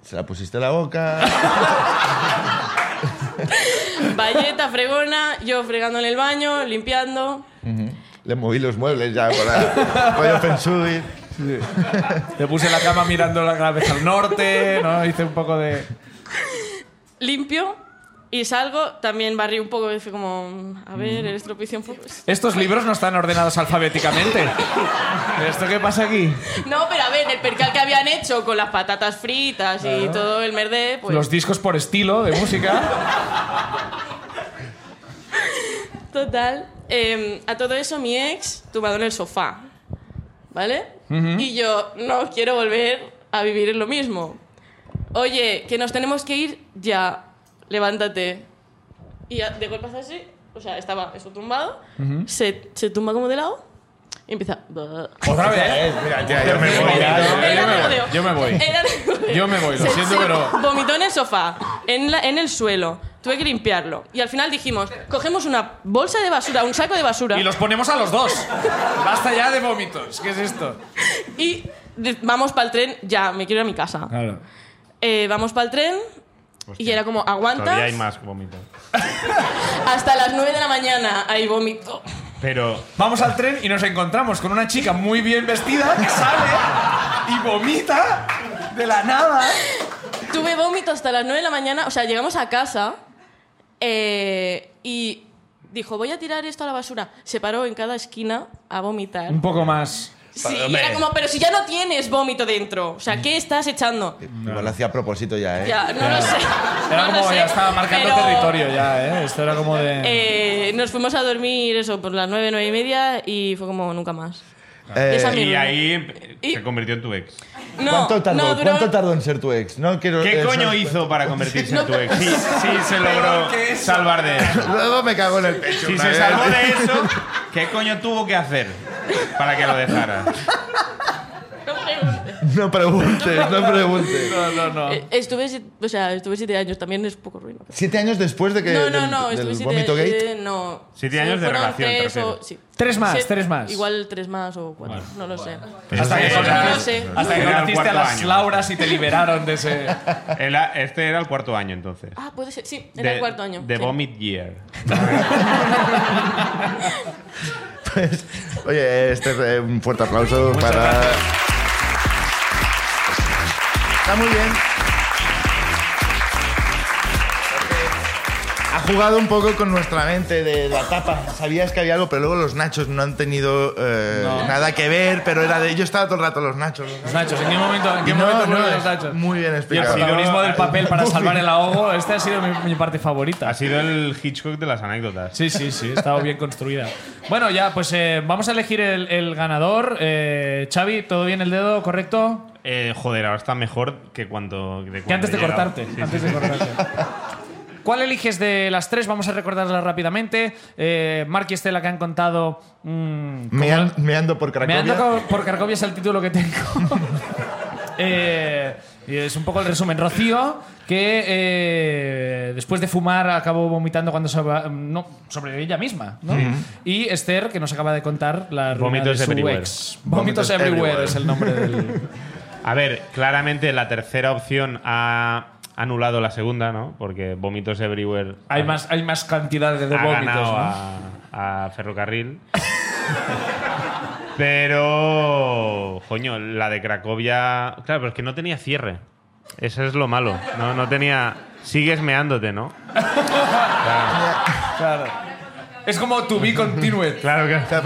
Se la pusiste en la boca. Valleta, Fregona, yo fregando en el baño, limpiando. Le moví los muebles ya para... Pollo pensudi. Le puse la cama mirando la cabeza al norte, ¿no? Hice un poco de... Limpio. Y salgo, también barrí un poco, y fue como, a ver, el estropicio un poco. Estos libros no están ordenados alfabéticamente. ¿Esto qué pasa aquí? No, pero a ver, el percal que habían hecho con las patatas fritas y todo el merde, pues. Los discos por estilo de música. Total. eh, a todo eso, mi ex tumbado en el sofá. ¿Vale? Y yo no quiero volver a vivir lo mismo. Oye, que nos tenemos que ir ya. Levántate. Y a- de golpe hace así. O sea, estaba eso tumbado. se, se tumba como de lado. y empieza... Otra vez. Mira, tía, yo me voy. ya, Ah, Yo ya. me Era voy, de rodeo. yo me voy. Era de- ¿eh? Yo me voy, lo Se- siento, se pero- Vomitó en el sofá, en, la- en el suelo. Tuve que limpiarlo. Y al final dijimos, cogemos una bolsa de basura, un saco de basura. Y los ponemos a los dos. Basta ya de vómitos. ¿Qué es esto? y de- vamos para el tren, ya, me quiero ir a mi casa. Claro. Eh, vamos para el tren y era como, Todavía hay aguantas más vómitos. hasta las 9 de la mañana. Ahí vómito. Pero Vamos al tren y nos encontramos con una chica muy bien vestida que sale y vomita de la nada. Tuve vómito hasta las 9 de la mañana. O sea, llegamos a casa eh, y dijo, voy a tirar esto a la basura. Se paró en cada esquina a vomitar. Un poco más. Sí, y era como, pero si ya no tienes vómito dentro. O sea, ¿qué estás echando? Eh, Igual lo hacía a propósito ya, ¿eh? Ya, no lo sé. Era No lo como sé, ya estaba marcando pero, territorio ya, ¿eh? Esto era como de... eh, nos fuimos a dormir eso por las nueve, nueve y media y fue como nunca más. Eh, Y esa mi y reunión. ahí Y- se convirtió en tu ex. No, ¿Cuánto tardó, no, duró- ¿Cuánto tardó en ser tu ex? No quiero. ¿Qué eh, coño no- hizo para convertirse en tu ex? Sí, sí se Peor logró que eso. salvar de eso. Luego me cago en el pecho. Si una se vez. salvó de eso, ¿qué coño tuvo que hacer para que lo dejara? No preguntes, no preguntes. No, no, Ah. no. Eh, estuve, si- o sea, estuve siete años, también es poco ruido. Siete años después de que. No, no, del- no, del estuve siete vómito gate. eh, no. Siete Sí, años de fueron relación, te Tres, o- refieres. sí. Tres más, Siete- tres más. Igual tres más o cuatro, no lo sé. Hasta que Eso era- eh, no lo sé. conociste, hasta que Era el conociste a cuarto las año. Lauras y te liberaron de ese... Era- este era el cuarto año entonces. Ah, puede ser, sí, era De- el cuarto año. De sí. Vomit Year. Oye, este es eh, un fuerte aplauso para. Está muy bien. Ha jugado un poco con nuestra mente de la tapa. Sabías que había algo, pero luego los nachos no han tenido eh, nada que ver, pero era de. Yo estaba todo el rato los nachos. los Los nachos. nachos, ¿en qué momento, en qué Y no, momento fueron no, los nachos? muy bien Y el explicado. protagonismo del papel para salvar el ahogo, esta este ha sido mi, mi parte favorita. Ha sido el Hitchcock de las anécdotas. Sí, sí, sí, estaba bien construida. Bueno, ya, pues eh, vamos a elegir el, el ganador. Eh, Xavi, ¿todo bien el dedo, correcto? Eh, joder, ahora está mejor que cuando. de Que cuando antes de he llegado. cortarte. Pues Sí, sí, antes sí. de cortarte. ¿Cuál eliges de las tres? Vamos a recordarlas rápidamente. Eh, Mark y Estela que han contado. mm, Me, an- me ando por me Cracovia. han tocado por Carcovia es el título que tengo. Eh, y es un poco el resumen. Rocío, que eh, después de fumar acabó vomitando cuando sobre, no, sobre ella misma. ¿no? Y Esther, que nos acaba de contar la ruina de Vómitos su everywhere. ex. Vómitos everywhere es el nombre del. A ver, claramente la tercera opción ha anulado la segunda, ¿no? Porque Vómitos Everywhere Hay más, hay más cantidad de, de ha vómitos. ganado ¿no? a, a Ferrocarril. pero, coño, la de Cracovia... Claro, pero es que no tenía cierre. Eso es lo malo. No, no tenía... Sigues meándote, ¿no? Es como to be continued. Claro que... O sea,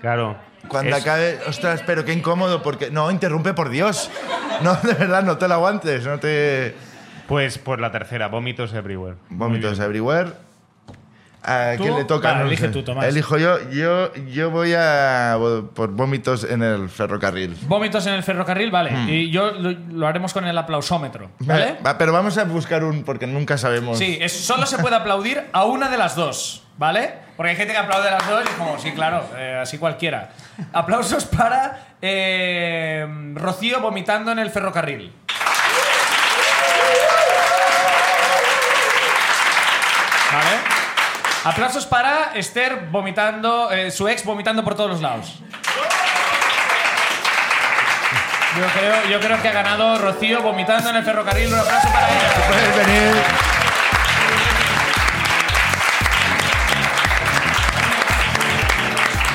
Claro. Cuando Es- acabe, ostras, pero qué incómodo, porque. No, interrumpe por Dios. No, de verdad, no te lo aguantes, no te. Pues, pues la tercera, Vómitos Everywhere. Vómitos everywhere. ¿A ¿Tú? quién le toca? Vale, No lo elige sé. tú, Tomás. Elijo yo. Yo, yo voy a vo- por vómitos en el ferrocarril. Vómitos en el ferrocarril, vale. Y yo lo, lo haremos con el aplausómetro, ¿vale? Vale, va, pero vamos a buscar un, porque nunca sabemos. Sí, es- solo se puede aplaudir a una de las dos, ¿vale? Porque hay gente que aplaude a las dos y es como, sí, claro, eh, así cualquiera. Aplausos para eh, Rocío vomitando en el ferrocarril. ¿Vale? Aplausos para Esther vomitando, eh, su ex vomitando por todos los lados. Yo creo, yo creo que ha ganado Rocío vomitando en el ferrocarril. Un aplauso para ella. Puedes venir.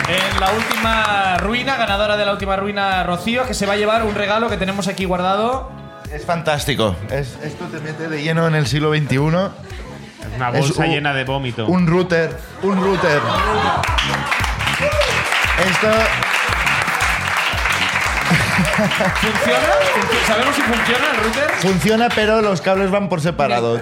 En la última ruina, ganadora de la última ruina, Rocío, que se va a llevar un regalo que tenemos aquí guardado. Es fantástico. Es- esto te mete de lleno en el siglo XXI. Una Es bolsa un- llena de vómito. Un router. Un router. Esto. ¿Funciona? Funci- ¿Sabemos si funciona el router? Funciona, pero los cables van por separado.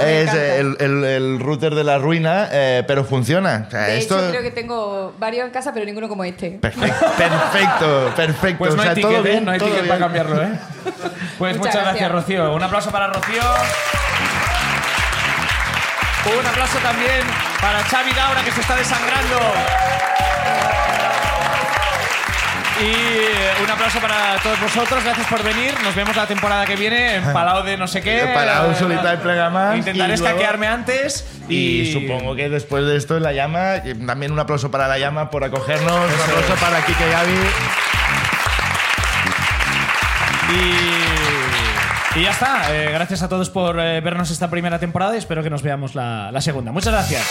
es eh, el, el- el router de la ruina, eh, pero funciona. O sea, De esto... hecho, creo que tengo varios en casa, pero ninguno como este. Perfecto, perfecto, perfecto. Pues no o sea, hay ticket, todo ¿eh? bien, no hay todo ticket bien. para cambiarlo, ¿eh? Pues muchas, Muchas gracias. gracias. Rocío. Un aplauso para Rocío. Un aplauso también para Xavi Daura, que se está desangrando. Y eh, un aplauso para todos vosotros, gracias por venir. Nos vemos la temporada que viene en Palau de no sé qué. Para un Eh, solitario y plega más. Intentaré y luego- escaquearme antes y, Y, supongo que después de esto, La Llama, y también un aplauso para La Llama por acogernos, un aplauso para Kike Gaby. Y, y ya está. Eh, gracias a todos por eh, vernos esta primera temporada y espero que nos veamos la, la segunda. Muchas gracias.